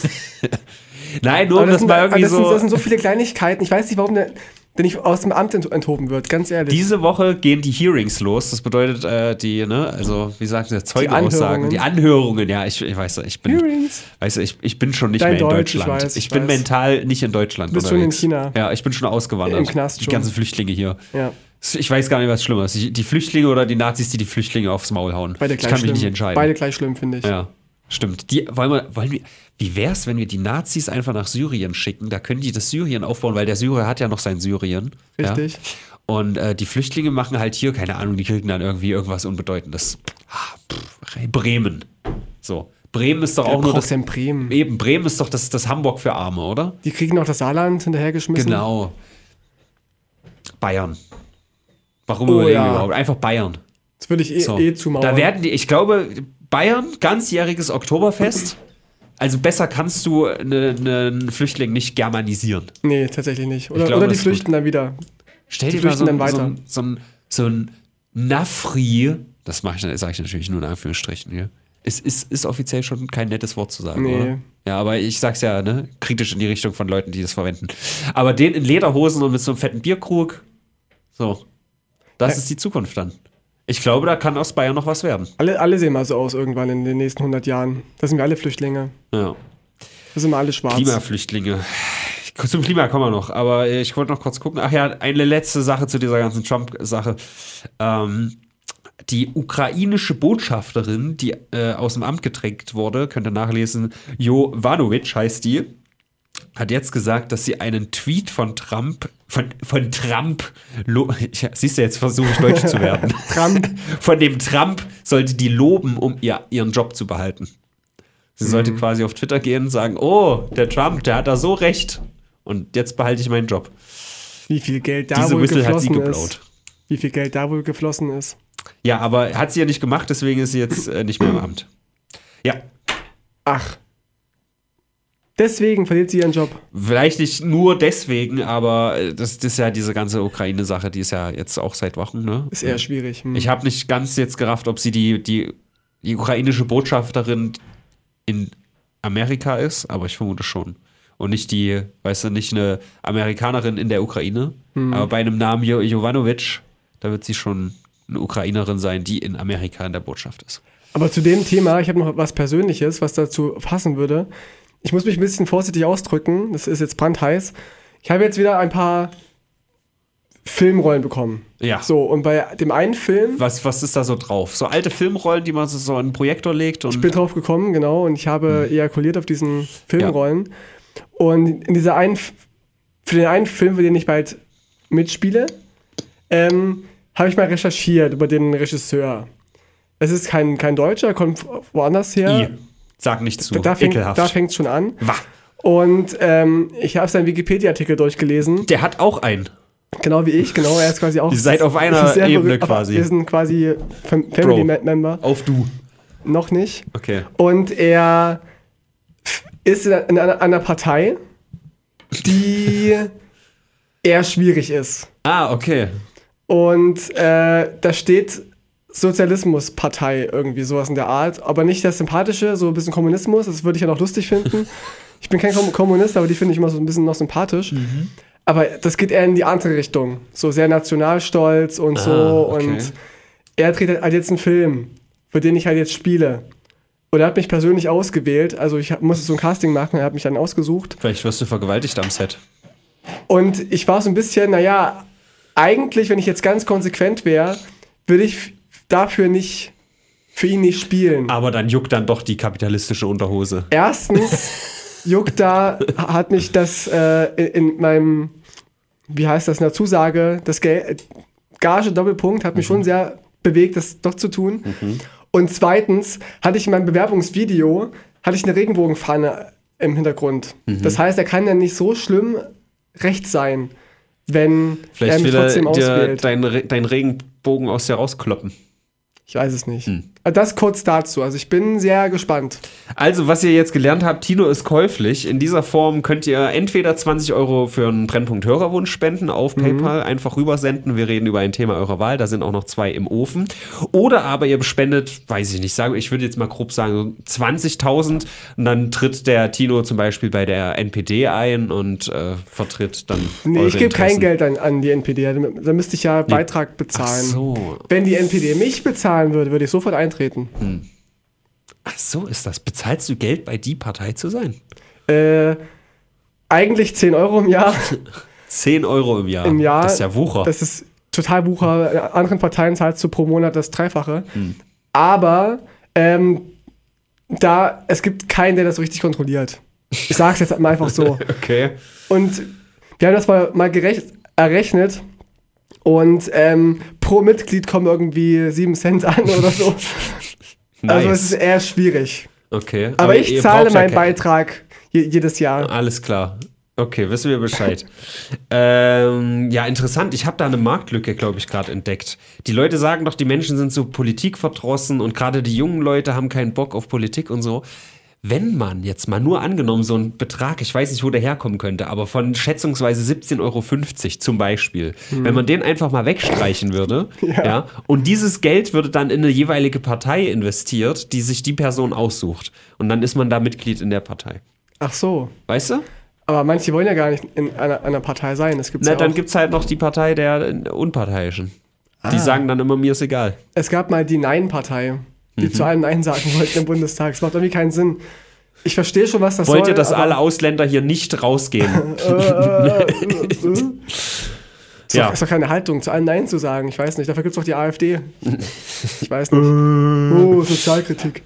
Nein, nur
Aber
um das
sind,
mal irgendwie
das, sind,
so.
das sind so viele Kleinigkeiten. Ich weiß nicht, warum der, der nicht aus dem Amt ent- enthoben wird, ganz ehrlich.
Diese Woche gehen die Hearings los. Das bedeutet, äh, die, ne, also, wie sagt der Zeugenaussagen,
Anhörungen.
die Anhörungen, ja, ich, ich weiß, ich bin.
Hearings.
Weißt du, ich, ich bin schon nicht
Dein
mehr in
Deutsch, ich
Deutschland. Ich,
weiß, ich weiß.
bin mental nicht in Deutschland.
Bist schon in China.
Ja, ich bin schon ausgewandert.
Im Knast
Die
schon.
ganzen Flüchtlinge hier.
Ja.
Ich weiß gar nicht, was schlimmer ist. Die Flüchtlinge oder die Nazis, die die Flüchtlinge aufs Maul hauen.
Beide
ich
gleich
kann
schlimm.
mich nicht entscheiden.
Beide gleich schlimm, finde ich.
Ja, stimmt. Die, wollen wir, wollen wir, wie wäre es, wenn wir die Nazis einfach nach Syrien schicken? Da können die das Syrien aufbauen, weil der Syrer hat ja noch sein Syrien.
Richtig.
Ja? Und äh, die Flüchtlinge machen halt hier, keine Ahnung, die kriegen dann irgendwie irgendwas Unbedeutendes. Ah, pff, Bremen. So. Bremen ist doch
Wer
auch nur
braucht
das.
denn Bremen?
Eben, Bremen ist doch das, das Hamburg für Arme, oder?
Die kriegen noch das Saarland hinterhergeschmissen.
Genau. Bayern. Warum
Oh,
überlegen wir
ja.
überhaupt? Einfach Bayern.
Das würde ich eh,
So.
eh zumauern.
Da werden die, ich glaube, Bayern, ganzjähriges Oktoberfest. Also besser kannst du einen einen Flüchtling nicht germanisieren.
Nee, tatsächlich nicht. Oder,
glaube,
oder die
das ist gut.
flüchten dann wieder.
Stell
Die
dir mal so,
flüchten
ein-
dann
so,
weiter.
ein- so, ein, so ein Nafri, das mache ich, sage ich natürlich nur in Anführungsstrichen, ja. Es ist, ist offiziell schon kein nettes Wort zu sagen,
Nee.
oder? Ja, aber ich sag's ja, ne? Kritisch in die Richtung von Leuten, die das verwenden. Aber den in Lederhosen und mit so einem fetten Bierkrug, so. Das
Ja.
ist die Zukunft dann. Ich glaube, da kann aus Bayern noch was werden.
Alle, alle sehen mal so aus irgendwann in den nächsten 100 Jahren. Da sind wir alle Flüchtlinge.
Ja.
Da sind wir alle schwarz.
Klimaflüchtlinge. Zum Klima kommen wir noch, aber äh, ich wollte noch kurz gucken. Ach ja, eine letzte Sache zu dieser ganzen Trump-Sache. Ähm, die ukrainische Botschafterin, die äh, aus dem Amt gedrängt wurde, könnt ihr nachlesen, Jovanovic heißt die, hat jetzt gesagt, dass sie einen Tweet von Trump, von, von Trump, lo- ich, siehst du, jetzt versuche ich deutsch zu werden.
Trump.
Von dem Trump sollte die loben, um ihr, ihren Job zu behalten. Sie
Mhm.
sollte quasi auf Twitter gehen und sagen, oh, der Trump, der hat da so recht. Und jetzt behalte ich meinen Job.
Wie viel Geld da
Diese
wohl
Whistle hat sie
Ah, geflossen
geblaut.
ist. Wie viel Geld da wohl geflossen ist.
Ja, aber hat sie ja nicht gemacht, deswegen ist sie jetzt äh, nicht mehr im Amt. Ja,
Ach. Deswegen verliert sie ihren Job.
vielleicht nicht nur deswegen, aber äh, das, das ist ja diese ganze Ukraine-Sache, die ist ja jetzt auch seit Wochen, ne?
Ist eher schwierig. Hm.
Ich habe nicht ganz jetzt gerafft, ob sie die, die, die ukrainische Botschafterin in Amerika ist, aber ich vermute schon. Und nicht die, weißt du, nicht eine Amerikanerin in der Ukraine,
Hm.
aber bei einem Namen Jo- Jovanovic, da wird sie schon eine Ukrainerin sein, die in Amerika in der Botschaft ist.
Aber zu dem Thema, ich habe noch was Persönliches, was dazu passen würde. Ich muss mich ein bisschen vorsichtig ausdrücken. Das ist jetzt brandheiß. Ich habe jetzt wieder ein paar Filmrollen bekommen.
Ja.
So, und bei dem einen Film
Was, was ist da so drauf? So alte Filmrollen, die man so- so in einen Projektor legt und.
Ich bin drauf gekommen, genau, und ich habe
Mhm.
ejakuliert auf diesen Filmrollen. Und in dieser einen, F- für den einen Film, für den ich bald mitspiele, ähm, habe ich mal recherchiert über den Regisseur. Es ist kein, kein Deutscher, kommt woanders her.
I. Sag nicht zu.
Da fängt
Ekelhaft.
es schon an.
Wah.
Und ähm, ich habe seinen Wikipedia-Artikel durchgelesen,
Der hat auch einen.
genau wie ich, genau, er ist quasi auch...
Ihr seid auf einer
sehr
Ebene
berühmt, aber
quasi.
Wir sind quasi Fam- Family-Member.
Auf du.
Noch nicht.
Okay.
Und er ist in einer, in einer Partei, die eher schwierig ist.
Ah, okay.
Und äh, da steht Sozialismuspartei irgendwie, sowas in der Art. Aber nicht das Sympathische, so ein bisschen Kommunismus, das würde ich ja noch lustig finden. Ich bin kein Kom- Kommunist, aber die finde ich immer so ein bisschen noch sympathisch. Aber das geht eher in die andere Richtung. So sehr nationalstolz und so.
okay.
Und er dreht halt jetzt einen Film, für den ich halt jetzt spiele. Und er hat mich persönlich ausgewählt. Also ich hab- musste so ein Casting machen, er hat mich dann ausgesucht.
Vielleicht wirst du vergewaltigt am Set.
Und ich war so ein bisschen, naja, eigentlich, wenn ich jetzt ganz konsequent wäre, würde ich f- dafür nicht, für ihn nicht spielen.
Aber dann juckt dann doch die kapitalistische Unterhose.
Erstens, juckt da, hat mich das äh, in, in meinem, wie heißt das, in der Zusage, das Gel Gage Doppelpunkt hat mich
Mhm.
schon sehr bewegt, das doch zu tun. Und zweitens hatte ich in meinem Bewerbungsvideo, hatte ich eine Regenbogenfahne im Hintergrund.
Mhm.
Das heißt, er kann ja nicht so schlimm rechts sein, wenn er
Vielleicht
mich
will er
trotzdem
dir
auswählt.
deinen Re deinen Regenbogen aus dir rauskloppen.
Ich weiß es nicht.
Hm.
Also Das kurz dazu. Also ich bin sehr gespannt.
Also, was ihr jetzt gelernt habt, Tino ist käuflich. In dieser Form könnt ihr entweder 20 Euro für einen Brennpunkt Hörerwunsch spenden auf
Mhm.
PayPal, einfach rübersenden. Wir reden über ein Thema eurer Wahl, da sind auch noch zwei im Ofen. Oder aber ihr spendet, weiß ich nicht, sagen, ich würde jetzt mal grob sagen, so 20.000 und dann tritt der Tino zum Beispiel bei der NPD ein und äh, vertritt dann.
Nee,
eure
ich gebe kein
Interessen.
Geld an, an die NPD. Da müsste ich ja Beitrag
Ach
bezahlen.
so,
Wenn die NPD mich bezahlen würde, würde ich sofort eintreten.
Ach so ist das. Bezahlst du Geld, bei die Partei zu sein?
Äh, eigentlich 10 Euro im Jahr.
10 Euro im Jahr.
Im Jahr
Das ist ja Wucher.
Das ist total Wucher. In anderen Parteien zahlst du pro Monat das Dreifache.
Hm.
Aber ähm, da, es gibt keinen, der das so richtig kontrolliert. Ich sag's jetzt mal einfach so.
okay.
Und wir haben das mal, mal gerecht, errechnet. Und ähm, pro Mitglied kommen irgendwie 7 Cent an oder so.
Nice.
Also es ist eher schwierig.
okay.
Aber, ich
ihr
zahle
braucht ja
meinen
kein-
Beitrag je, jedes Jahr.
Alles klar. Okay, wissen wir Bescheid. ähm, ja, interessant. Ich habe da eine Marktlücke, glaube ich, gerade entdeckt. Die Leute sagen doch, die Menschen sind so politikverdrossen und gerade die jungen Leute haben keinen Bock auf Politik und so. wenn man jetzt mal nur angenommen so einen Betrag, ich weiß nicht, wo der herkommen könnte, aber von schätzungsweise 17,50 Euro zum Beispiel, wenn man den einfach mal wegstreichen würde, ja. und dieses Geld würde dann in eine jeweilige Partei investiert, die sich die Person aussucht. Und dann ist man da Mitglied in der Partei.
Ach so.
Weißt du?
Aber manche wollen ja gar nicht in einer, einer Partei sein. Das gibt's
Na,
ja
dann
auch.
gibt es halt noch die Partei der äh, Unparteiischen. Die sagen dann immer, mir ist egal.
es gab mal die Nein-Partei, die
Mhm.
zu allem Nein sagen wollten im Bundestag. Das macht irgendwie keinen Sinn. Ich verstehe schon, was das
Wollt
soll.
ihr, dass
aber-
alle Ausländer hier nicht rausgehen? äh,
Ist doch,
Ja.
ist doch keine Haltung, zu allem Nein zu sagen. Ich weiß nicht. Dafür gibt es doch die AfD. Ich weiß nicht. Oh, Sozialkritik.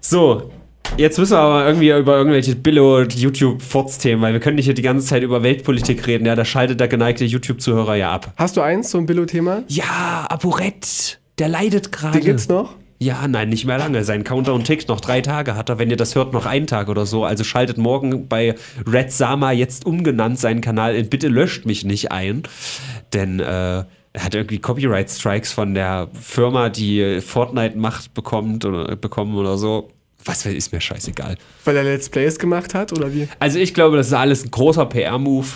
so, jetzt müssen wir aber irgendwie über irgendwelche Billo- und YouTube-Furz-Themen, weil wir können nicht hier die ganze Zeit über Weltpolitik reden. Ja, da schaltet der geneigte YouTube-Zuhörer ja ab.
Hast du eins, so ein Billo-Thema?
Ja, Aburett, der leidet gerade.
Den gibt's noch?
Ja, nein, nicht mehr lange. Sein Countdown tickt noch drei Tage hat er. Wenn ihr das hört, noch einen Tag oder so. Also schaltet morgen bei Red Sama jetzt umgenannt seinen Kanal in Bitte löscht mich nicht ein. Denn äh, er hat irgendwie Copyright Strikes von der Firma, die Fortnite Macht bekommt oder bekommen oder so. Was weiß ich, ist mir scheißegal.
Weil er Let's Plays gemacht hat oder wie?
Also ich glaube, das ist alles ein großer PR-Move.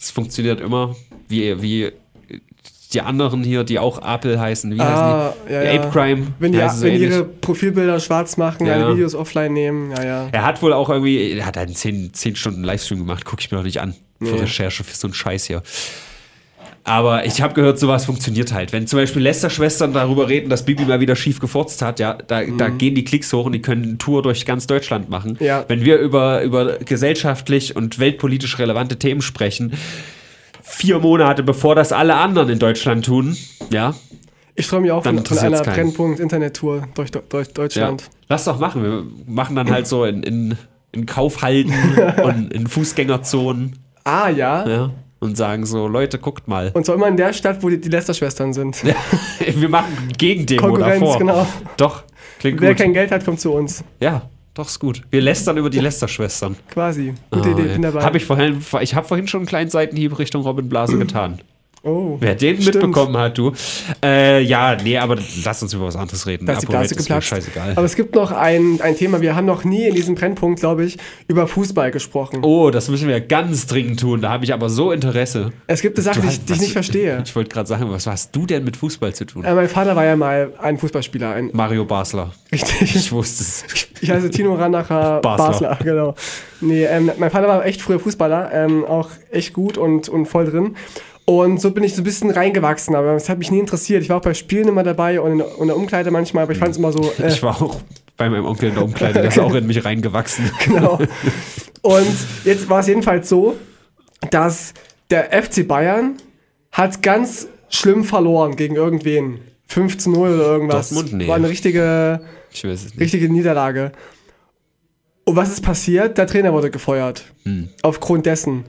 Es funktioniert immer. Wie, wie die anderen hier, die auch Apple heißen. Wie
Ah,
heißen die?
ja, ja.
Ape Crime.
Wenn die,
heißen so
wenn die
ähnlich.
ihre Profilbilder schwarz machen,
Ja.
alle Videos offline nehmen, ja, ja.
Er hat wohl auch irgendwie, er hat einen 10, 10 Stunden Livestream gemacht, gucke ich mir doch nicht an. Für Recherche, für so einen Scheiß hier. Aber ich habe gehört, sowas funktioniert halt. Wenn zum Beispiel Lester-Schwestern darüber reden, dass Bibi mal wieder schief gefurzt hat, ja, da, da gehen die Klicks hoch und die können eine Tour durch ganz Deutschland machen.
Ja.
Wenn wir über, über gesellschaftlich und weltpolitisch relevante Themen sprechen, vier Monate bevor das alle anderen in Deutschland tun, ja,
Ich freue mich auch
Dann
von, von
interessiert's
einer
keinen.
Brennpunkt-Internet-Tour durch, Do- durch
Ja.
Deutschland.
Lass doch machen. Wir machen dann halt so in, in, in Kaufhalden und in Fußgängerzonen
Ah, ja.
ja, und sagen so, Leute, guckt mal.
Und zwar immer in der Stadt, wo die, die Lester-Schwestern sind.
Wir machen Gegendemo
Konkurrenz,
davor.
genau.
Doch, klingt
Wer
gut.
kein Geld hat, kommt zu uns.
Ja, doch, ist gut. Wir lästern über die Lästerschwestern.
Quasi. Gute Idee, bin dabei.
Habe Ah, ich vorhin, ich habe vorhin schon einen kleinen Seitenhieb Richtung Robin Blase getan.
oh.
Wer den
Stimmt.
mitbekommen hat, du. Äh, ja, nee, aber lass uns über was anderes reden.
Da ist die
Apo Red
Blase
ist mir
geplatzt.
Scheißegal.
Aber es gibt noch ein, ein Thema. Wir haben noch nie in diesem Brennpunkt, glaube ich, über Fußball gesprochen.
oh, das müssen wir ganz dringend tun. Da habe ich aber so Interesse.
Es gibt eine Sache, die ich, die ich
Was-
Äh, nicht verstehe.
Ich wollte gerade sagen, was hast du denn mit Fußball zu tun?
Äh, mein Vater war ja mal ein Fußballspieler. Ein,
Mario Basler.
richtig.
Ich wusste es.
Ich heiße Tino Ranacher
Basler.
Basler. genau. Nee, ähm, mein Vater war echt früher Fußballer, ähm, auch echt gut und, und voll drin. Und so bin ich so ein bisschen reingewachsen, aber es hat mich nie interessiert. Ich war auch bei Spielen immer dabei und in, und in der Umkleide manchmal, aber ich fand es immer so. Äh,
Ich war auch bei meinem Onkel in der Umkleide, der ist auch in mich reingewachsen.
genau. Und jetzt war es jedenfalls so, dass der FC Bayern hat ganz schlimm verloren gegen irgendwen. 5 zu 0 oder irgendwas.
Dortmund? Nee.
War eine richtige,
Ich weiß es nicht.
richtige Niederlage. Und was ist passiert? Der Trainer wurde gefeuert.
Hm.
Aufgrund dessen.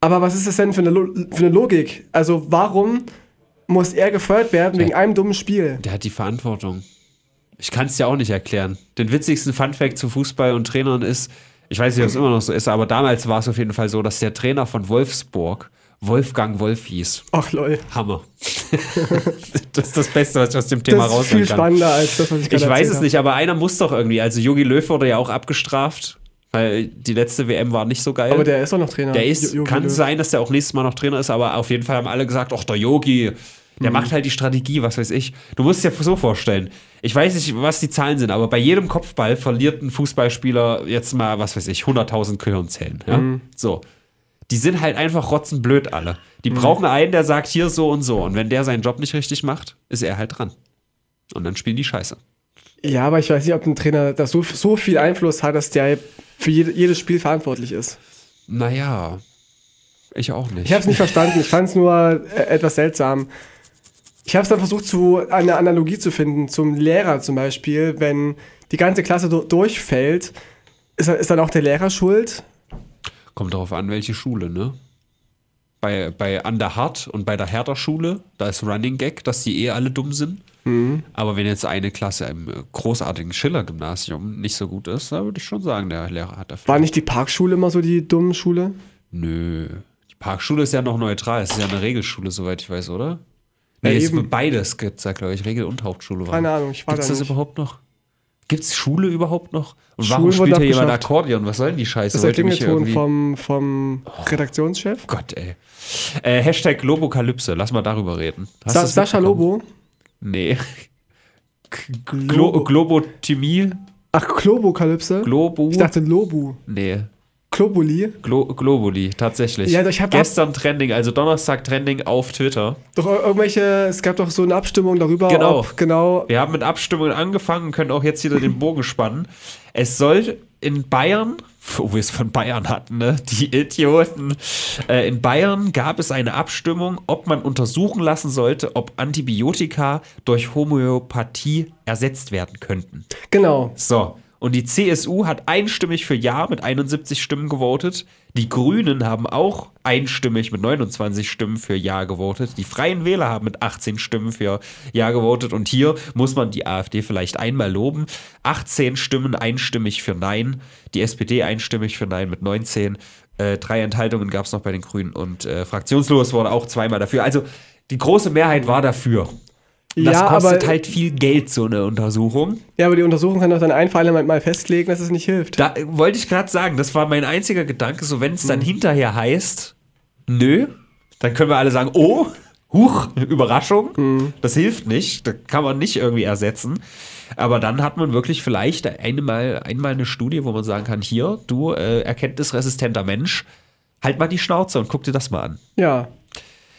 Aber was ist das denn für eine, Lo für eine Logik? Also warum muss er gefeuert werden wegen einem dummen Spiel?
Der hat die Verantwortung. Ich kann es dir auch nicht erklären. Den witzigsten Funfact zu Fußball und Trainern ist, ich weiß nicht, ob es immer noch so ist, aber damals war es auf jeden Fall so, dass der Trainer von Wolfsburg Wolfgang Wolf hieß.
Ach lol.
Hammer. das ist das Beste, was ich aus dem Thema
Das ist
rausholen
viel
kann.
spannender als das, was ich gerade
Ich weiß
erzählt
es
habe.
nicht, aber einer muss doch irgendwie. Also Jogi Löw wurde ja auch abgestraft, weil die letzte WM war nicht so geil.
Aber der ist doch noch Trainer.
Der ist,
Jo- Jogi
kann
Löw.
sein, dass der auch nächstes Mal noch Trainer ist, aber auf jeden Fall haben alle gesagt, ach, der Yogi,
Mhm.
der macht halt die Strategie, was weiß ich. Du musst es dir so vorstellen. Ich weiß nicht, was die Zahlen sind, aber bei jedem Kopfball verliert ein Fußballspieler jetzt mal, was weiß ich, 100.000 Gehirnzellen. Ja?
Mhm.
So. Die sind halt einfach rotzenblöd alle.
Mhm.
Die brauchen einen, der sagt hier so und so. Und wenn der seinen Job nicht richtig macht, ist er halt dran. Und dann spielen die Scheiße.
Ja, aber ich weiß nicht, ob ein Trainer da so, so viel Einfluss hat, dass der für jede, jedes Spiel verantwortlich ist.
Naja, ich auch nicht.
Ich habe es nicht verstanden, ich fand es nur äh, etwas seltsam. Ich habe es dann versucht, zu, eine Analogie zu finden zum Lehrer zum Beispiel. Wenn die ganze Klasse du- durchfällt, ist, dann- ist dann auch der Lehrer schuld?
Kommt darauf an, welche Schule, ne? Bei, bei an der Hart und bei der Herder Schule, da ist Running Gag, dass die eh alle dumm sind.
Mhm.
Aber wenn jetzt eine Klasse im äh, großartigen Schiller-Gymnasium nicht so gut ist, da würde ich schon sagen, der Lehrer hat dafür.
War nicht die Parkschule immer so die dumme Schule?
Nö. Die Parkschule ist ja noch neutral, es ist ja eine Regelschule, soweit ich weiß, oder? Nee,
Ja,
es
eben.
beides gibt's da, glaube ich. Regel- und Hauptschule war.
Keine Ahnung, ich war
Gibt's
da
das
nicht.
überhaupt noch? Gibt es Schule überhaupt noch? Und
Schulen
warum
wurden
spielt hier jemand
abgeschafft.
Akkordeon? Was soll denn die
Das
Scheiße?
ist der
Wollt ihr mich hier
Klingelton
irgendwie- Oh.
vom, vom Redaktionschef.
Gott, ey. Äh, Hashtag Lobokalypse, lass mal darüber reden. Hast
Sa
du's
Sascha
mitbekommen?
Lobo.
Nee. Glo Globotimie?
Ach, Globokalypse.
Globu?
ich dachte Lobu.
nee.
Globuli.
Glo Globuli, tatsächlich.
Ja, ich hab-
Gestern Trending, also Donnerstag Trending auf Twitter.
Doch ir- irgendwelche, es gab doch so eine Abstimmung darüber,
Genau.
ob genau.
Wir haben mit Abstimmungen angefangen, können auch jetzt wieder den Bogen spannen. Es soll in Bayern, wo wir es von Bayern hatten, ne? die Idioten, äh, in Bayern gab es eine Abstimmung, ob man untersuchen lassen sollte, ob Antibiotika durch Homöopathie ersetzt werden könnten.
Genau.
So. Und die CSU hat einstimmig für Ja mit 71 Stimmen gewotet. Die Grünen haben auch einstimmig mit 29 Stimmen für Ja gewotet. Die Freien Wähler haben mit 18 Stimmen für Ja gewotet. Und hier muss man die AfD vielleicht einmal loben. 18 Stimmen einstimmig für Nein. Die SPD einstimmig für Nein mit 19. Äh, drei Enthaltungen gab es noch bei den Grünen. Und äh, fraktionslos wurde auch zweimal dafür. Also die große Mehrheit war dafür. Und Das
Ja,
kostet
aber-
halt viel Geld, so eine Untersuchung.
Ja, aber die Untersuchung kann doch dann ein Fall mal festlegen, dass es nicht hilft.
Da äh, wollte ich gerade sagen, das war mein einziger Gedanke, so wenn es
Mhm.
dann hinterher heißt, nö, dann können wir alle sagen, oh, huch, Überraschung,
Mhm.
das hilft nicht, das kann man nicht irgendwie ersetzen. Aber dann hat man wirklich vielleicht einmal, einmal eine Studie, wo man sagen kann, hier, du äh, erkenntnisresistenter Mensch, halt mal die Schnauze und guck dir das mal an.
Ja.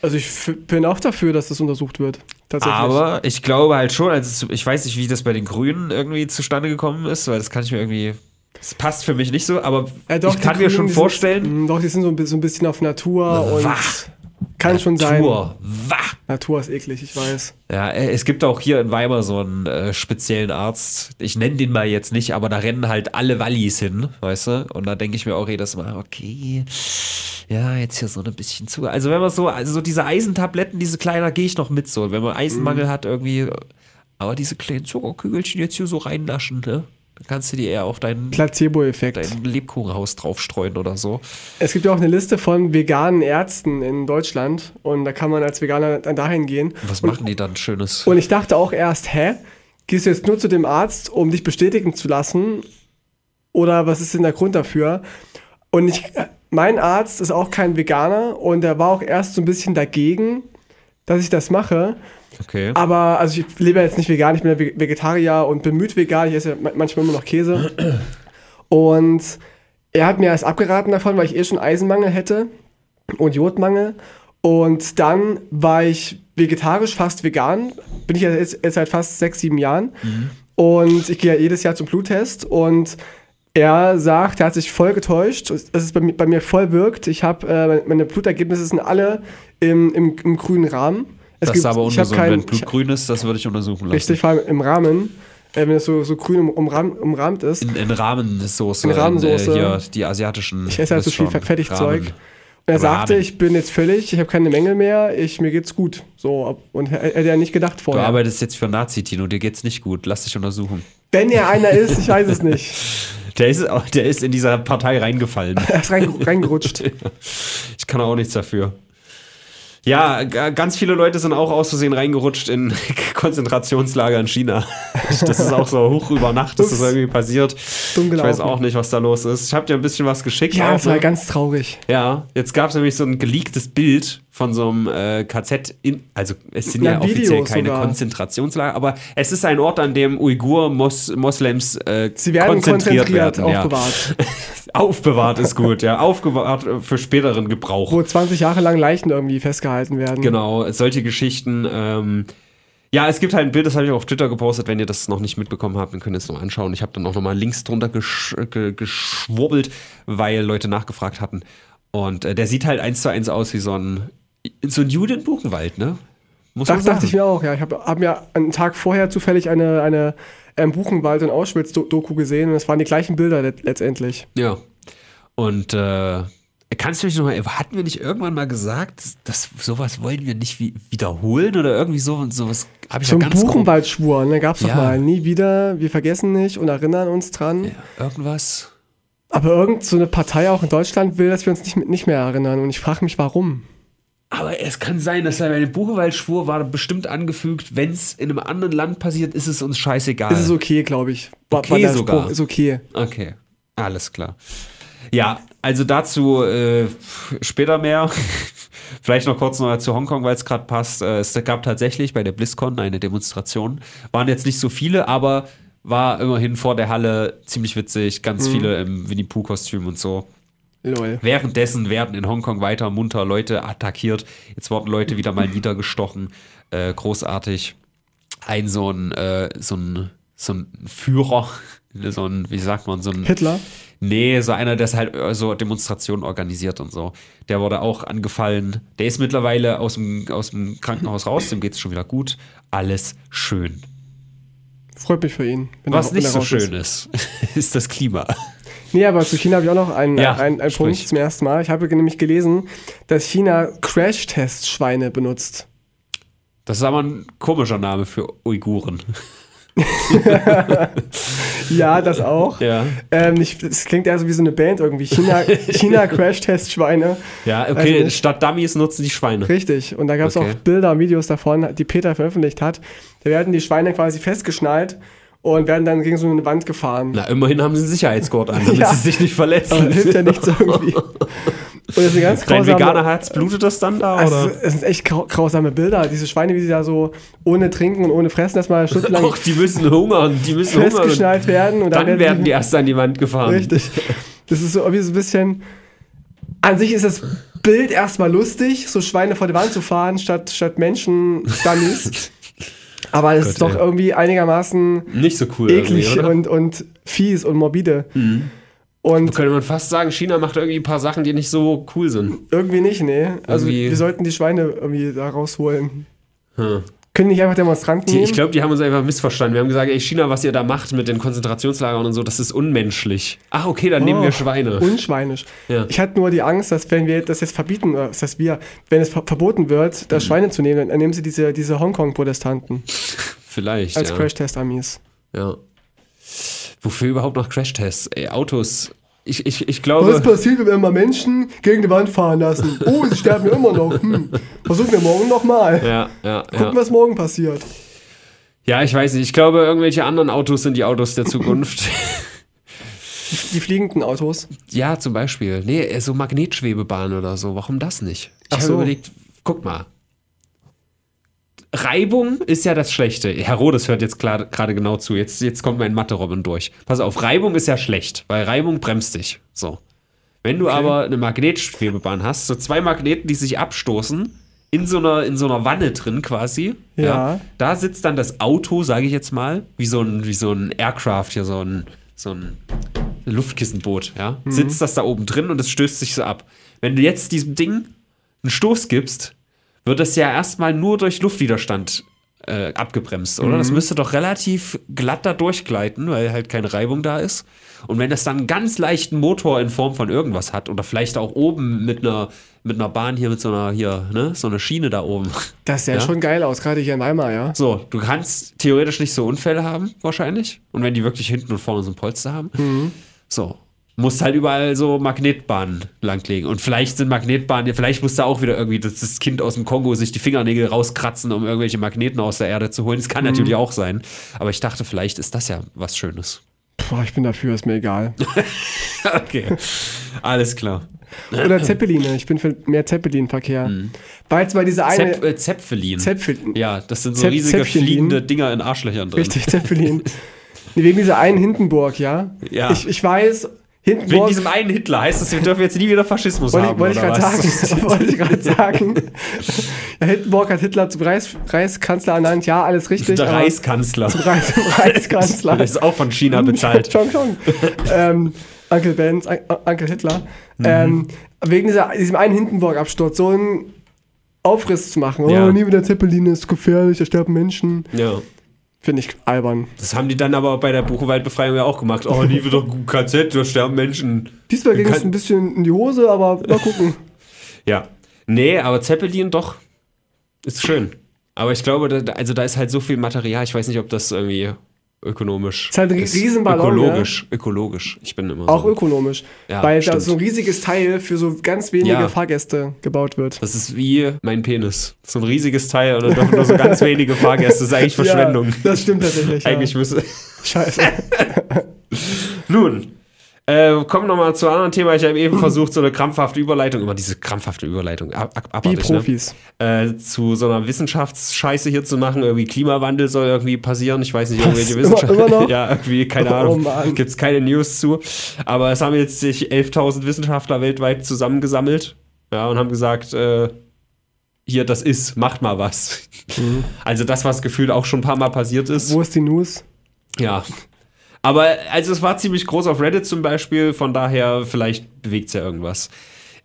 Also ich f- bin auch dafür, dass das untersucht wird. Tatsächlich.
Aber ich glaube halt schon, also ich weiß nicht, wie das bei den Grünen irgendwie zustande gekommen ist, weil das kann ich mir irgendwie, das passt für mich nicht so, aber
Ja, Äh, doch,
ich
die
kann mir
Grünen,
schon
die
vorstellen,
Sind, mh, doch, die sind so ein, bi- so ein bisschen auf Natur und.
Wach.
Kann schon sein.
Tour. Wah!
Natur ist eklig, ich weiß.
Ja, äh, es gibt auch hier in Weimar so einen äh, speziellen Arzt. Ich nenne den mal jetzt nicht, aber da rennen halt alle Wallis hin, weißt du? Und da denke ich mir auch jedes Mal, okay, ja, jetzt hier so ein bisschen zu. Also wenn man so, also so diese Eisentabletten, diese kleiner, gehe ich noch mit so. Wenn man Eisenmangel
Mhm.
hat irgendwie, aber diese kleinen Zuckerkügelchen jetzt hier so reinlaschen, ne? Dann kannst du dir eher auf dein,
Placebo-Effekt.
dein Lebkuchenhaus draufstreuen oder so.
Es gibt ja auch eine Liste von veganen Ärzten in Deutschland und da kann man als Veganer dann dahin gehen.
Was
und,
machen die dann Schönes?
und ich dachte auch erst, hä? Gehst du jetzt nur zu dem Arzt, um dich bestätigen zu lassen? Oder was ist denn der Grund dafür? Und ich, mein Arzt ist auch kein Veganer und der war auch erst so ein bisschen dagegen, dass ich das mache.
Okay.
Aber also ich lebe ja jetzt nicht vegan, ich bin ja Ve- Vegetarier und bemüht vegan, ich esse ja ma- manchmal immer noch Käse. Und er hat mir erst abgeraten davon, weil ich eh schon Eisenmangel hätte und Jodmangel. Und dann war ich vegetarisch, fast vegan. Bin ich ja jetzt, jetzt seit fast sechs, sieben Jahren.
Mhm.
Und ich gehe ja jedes Jahr zum Bluttest und er sagt, er hat sich voll getäuscht, dass es bei mir, bei mir voll wirkt. Ich habe äh, meine Blutergebnisse sind alle im, im, im grünen Rahmen. Es
Das ist aber
ich hab
ungesund.
keinen-
Wenn Blut grün ist, das würde ich untersuchen lassen.
Richtig, vor allem im Rahmen, äh, wenn es so, so grün um, umrahm, umrahmt ist.
In, in Rahmensoße.
In Rahmensoße.
äh, hier, die asiatischen.
Ich esse halt so viel Fertigzeug. Und er sagte,
Rahmen.
ich bin jetzt völlig, ich habe keine Mängel mehr, ich, mir geht's gut. So, ob- und h- hätte er nicht gedacht
Du
vorher.
arbeitest jetzt für Nazi, Tino. Dir geht's nicht gut. Lass dich untersuchen.
wenn er einer ist, ich weiß es nicht.
Der ist, auch- der ist in dieser Partei reingefallen.
Er ist rein, reingerutscht.
Ich kann auch nichts dafür. Ja, g- ganz viele Leute sind auch aus Versehen reingerutscht in Konzentrationslager in China. Das ist auch so hoch über Nacht, dass das
Ups.
irgendwie passiert.
Dumm
Ich weiß
gelaufen.
auch nicht, was da los ist. Ich habe dir ein bisschen was geschickt.
Ja,
auch,
das war
ne?
ganz traurig.
Ja, jetzt gab es nämlich so ein geleaktes Bild von so einem äh, KZ, in, also es sind
Na,
ja, offiziell
Videos
keine
sogar.
Konzentrationslager, aber es ist ein Ort, an dem Uigur Mos Moslems äh,
Sie werden konzentriert, aufbewahrt.
Ja. Aufbewahrt ist gut, ja, aufbewahrt äh, für späteren Gebrauch.
Wo 20 Jahre lang Leichen irgendwie festgehalten werden.
Genau, solche Geschichten. Ähm, ja, es gibt halt ein Bild, das habe ich auch auf Twitter gepostet. Wenn ihr das noch nicht mitbekommen habt, dann könnt ihr es noch anschauen. Ich habe dann auch nochmal Links drunter gesch äh, ge geschwurbelt, weil Leute nachgefragt hatten. Und äh, der sieht halt eins zu eins aus wie so ein, so ein Jude in Buchenwald, ne? Muss
Das dachte ich mir auch, ja. Ich habe hab mir einen Tag vorher zufällig eine, eine ähm, Buchenwald- und Auschwitz-Doku gesehen und es waren die gleichen Bilder let letztendlich.
Ja. Und äh, kannst du mich nochmal, hatten wir nicht irgendwann mal gesagt, dass sowas wollen wir nicht wie wiederholen oder irgendwie so und sowas? Habe ich
Zum
ja ganz grob-
Buchenwaldschwur, ne? Gab's doch
Ja.
mal. Nie wieder, wir vergessen nicht und erinnern uns dran.
Irgendwas?
Aber irgend so eine Partei auch in Deutschland will, dass wir uns nicht, mit- nicht mehr erinnern. Und ich frage mich, warum.
Aber es kann sein, dass bei dem Buchenwald-Schwur war bestimmt angefügt, wenn es in einem anderen Land passiert, ist es uns scheißegal.
Es ist okay, glaube ich. Ba-
Okay
Banderas
sogar.
Spruch Ist okay.
Okay, alles klar. Ja, also dazu äh, später mehr. Vielleicht noch kurz noch zu Hongkong, weil es gerade passt. Äh, Es gab tatsächlich bei der BlizzCon eine Demonstration. Waren jetzt nicht so viele, aber war immerhin vor der Halle ziemlich witzig. Ganz
Mhm.
viele im Winnie Pooh-Kostüm und so.
Lol.
Währenddessen werden in Hongkong weiter munter Leute attackiert. Jetzt wurden Leute wieder mal niedergestochen. Äh, großartig. Ein so ein, äh, so ein, so ein Führer, so ein, wie sagt man, so ein.
Hitler?
Nee, so einer, der es halt äh, so Demonstrationen organisiert und so. Der wurde auch angefallen. Der ist mittlerweile aus dem, aus dem Krankenhaus raus, dem geht es schon wieder gut. Alles schön.
Freut mich für ihn. wenn er-
Was
wenn
nicht
er
so
raus
schön ist, ist das Klima.
Nee, aber zu China habe ich auch noch einen,
Ja,
einen, einen Punkt
sprich.
zum ersten Mal. Ich habe nämlich gelesen, dass China Crash-Test-Schweine benutzt.
Das ist aber ein komischer Name für Uiguren.
Ja, das auch.
Ja.
Ähm, ich, das klingt eher so wie so eine Band irgendwie. China, China Crash-Test-Schweine. Also,
Ja,
Weiß
okay,
ich nicht.
statt Dummies nutzen die Schweine.
Richtig. Und da gab es
Okay.
auch Bilder und Videos davon, die Peter veröffentlicht hat. Da werden die Schweine quasi festgeschnallt und werden dann gegen so eine Wand gefahren.
Na, immerhin haben sie einen Sicherheitsgurt an, damit
Ja.
sie sich nicht
Aber das
verletzen.
hilft ja nichts irgendwie. Und das ist eine ganz
Dein
grausame-
veganer Herz blutet das dann da,
Also,
oder?
es sind echt grau- grausame Bilder. Diese Schweine, wie sie da so ohne Trinken und ohne Fressen erstmal stundenlang
Och, die müssen hungern, die müssen hungern.
festgeschnallt werden. Und
Und
dann,
dann werden die erst an die Wand gefahren.
Richtig. Das ist so irgendwie so ein bisschen. An sich ist das Bild erstmal lustig, so Schweine vor die Wand zu fahren, statt, statt Menschen, Dummies. Aber es ist
Gott,
doch
ey.
irgendwie einigermaßen
Nicht so cool.
eklig
irgendwie, oder?
und, und fies und morbide. Und
Könnte man fast sagen, China macht irgendwie ein paar Sachen, die nicht so cool sind.
Irgendwie nicht, nee. Also
Irgendwie-
wir sollten die Schweine irgendwie da rausholen.
Hm.
Können die nicht einfach Demonstranten
Die,
nehmen?
ich glaube, die haben uns einfach missverstanden. Wir haben gesagt, ey, China, was ihr da macht mit den Konzentrationslagern und so, das ist unmenschlich. Ach, okay, dann
Oh.
nehmen wir Schweine.
Unschweinisch.
Ja.
Ich hatte nur die Angst, dass wenn wir das jetzt verbieten, oder dass wir, wenn es ver verboten wird,
Mhm.
das Schweine zu nehmen, dann nehmen sie diese, diese Hongkong-Protestanten
Vielleicht.
als
ja.
Crash-Test-Armees.
ja. Wofür überhaupt noch Crashtests? Ey, Autos. Ich, ich, ich
Was
glaube,
passiert, wenn wir immer Menschen gegen die Wand fahren lassen? Oh, sie sterben ja immer noch. Hm. Versuchen wir morgen nochmal.
ja, ja, ja.
Gucken, was morgen passiert.
ja, ich weiß nicht. Ich glaube, irgendwelche anderen Autos sind die Autos der Zukunft.
Die fliegenden Autos.
Ja, zum Beispiel. Nee, äh, so Magnetschwebebahn oder so. Warum das nicht? Ich
Ach
habe
so.
überlegt, guck mal. Reibung ist ja das Schlechte. Herodes hört jetzt klar- gerade genau zu. Jetzt, jetzt kommt mein Mathe-Robin durch. Pass auf, Reibung ist ja schlecht, weil Reibung bremst dich. So. Wenn du aber eine Magnetschwebebahn hast, so zwei Magneten, die sich abstoßen, in so einer, in so einer Wanne drin quasi.
Ja.
Da sitzt dann das Auto, sage ich jetzt mal, wie so ein, wie so ein Aircraft hier, so ein, so ein Luftkissenboot, ja. Sitzt das da oben drin und es stößt sich so ab. Wenn du jetzt diesem Ding einen Stoß gibst, wird das ja erstmal nur durch Luftwiderstand äh, abgebremst, oder? Das müsste doch relativ glatt da durchgleiten, weil halt keine Reibung da ist. Und wenn das dann einen ganz leichten Motor in Form von irgendwas hat, oder vielleicht auch oben mit einer, mit einer Bahn hier, mit so einer, hier, ne, so einer Schiene da oben.
Das sah
Ja.
schon geil aus, gerade hier in Weimar, ja.
So, du kannst theoretisch nicht so Unfälle haben, wahrscheinlich. Und wenn die wirklich hinten und vorne so ein Polster haben.
Mhm.
So. Musst halt überall so Magnetbahnen langlegen. Und vielleicht sind Magnetbahnen, vielleicht muss da auch wieder irgendwie das, das Kind aus dem Kongo sich die Fingernägel rauskratzen, um irgendwelche Magneten aus der Erde zu holen. Das
Mhm.
kann natürlich auch sein. Aber ich dachte, vielleicht ist das ja was Schönes.
Boah, ich bin dafür, ist mir egal.
Okay. Alles klar.
Oder Zeppeline. Ich bin für mehr Zeppelin-Verkehr.
Mhm.
War jetzt mal diese eine.
Zep, äh, Zepfelin.
Zepfelin.
ja, das sind so
Zep-
riesige
Zäpfchenlin.
fliegende Dinger in Arschlöchern drin.
Richtig, Zeppelin. nee, wegen dieser einen Hindenburg, ja?
Ja.
Ich, ich weiß,
Wegen
Hindenburg.
diesem einen Hitler heißt das, wir dürfen jetzt nie wieder Faschismus
Wollte ich,
haben.
wollte ich
oder
gerade
was?
sagen. wollte ich gerade sagen. Ja, Hindenburg hat Hitler zum Reichs, Reichskanzler ernannt. Ja, alles richtig.
Der
aber-
Reichskanzler.
Zum Reichs, zum
Der
Reichskanzler.
ist auch von China bezahlt.
Schon, schon. ähm, Uncle Benz, Un- Un- Uncle Hitler.
Mhm.
Ähm, wegen dieser, diesem einen Hindenburg-Absturz so einen Aufriss zu machen.
Ja.
Oh, nie wieder Zeppeline, ist gefährlich, da sterben Menschen.
Ja.
Finde ich albern.
Das haben die dann aber bei der Buchenwaldbefreiung ja auch gemacht. Oh, nie wieder KZ, da sterben Menschen.
Diesmal ging
Kann-
es ein bisschen in die Hose, aber mal gucken.
Ja. Nee, aber Zeppelin doch. Ist schön. Aber ich glaube, da, also da ist halt so viel Material. Ich weiß nicht, ob das irgendwie ökonomisch.
Ist halt ein Riesenballon,
Ökologisch, ökologisch. Ich bin immer
Auch
so.
ökonomisch.
Ja,
weil da
stimmt.
so ein riesiges Teil für so ganz wenige
Ja.
Fahrgäste gebaut wird.
Das ist wie mein Penis. So ein riesiges Teil und dann dürfen nur so ganz wenige Fahrgäste. Das ist eigentlich Verschwendung.
Ja, das stimmt tatsächlich.
Eigentlich müsste.
ja. Scheiße.
Nun, äh, kommen wir nochmal zu einem anderen Thema. Ich habe eben versucht, so eine krampfhafte Überleitung, immer diese krampfhafte Überleitung, ab, ab,
Die
abartig, ne?
Profis.
äh, zu so einer Wissenschaftsscheiße hier zu machen. Irgendwie Klimawandel soll irgendwie passieren. Ich weiß nicht, irgendwelche
Immer-
Wissenschaft.
immer noch?
ja, irgendwie, keine
Oh
Ahnung.
Mann.
Gibt es keine News zu. Aber es haben jetzt sich 11.000 Wissenschaftler weltweit zusammengesammelt. Ja, und haben gesagt, äh, hier, das ist, macht mal was.
Mhm.
Also das, was gefühlt auch schon ein paar Mal passiert ist.
Wo ist die News?
Ja. Aber also es war ziemlich groß auf Reddit zum Beispiel, von daher vielleicht bewegt es ja irgendwas.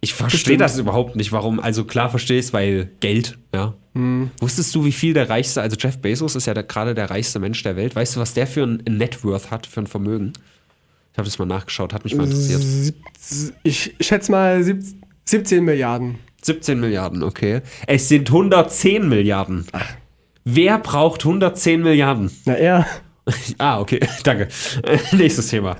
Ich verstehe
Bestimmt.
das überhaupt nicht, warum. Also klar verstehe ich es, weil Geld, ja. Wusstest du, wie viel der reichste, also Jeff Bezos ist ja der, gerade der reichste Mensch der Welt. Weißt du, was der für ein Net Worth hat, für ein Vermögen? Ich habe das mal nachgeschaut, hat mich mal
Äh.
interessiert.
Siebz- Ich schätze mal sieb- 17 Milliarden.
17 Milliarden, okay. Es sind 110 Milliarden. Wer braucht 110 Milliarden?
Na, er.
Ah, okay, danke. Äh, Nächstes Thema.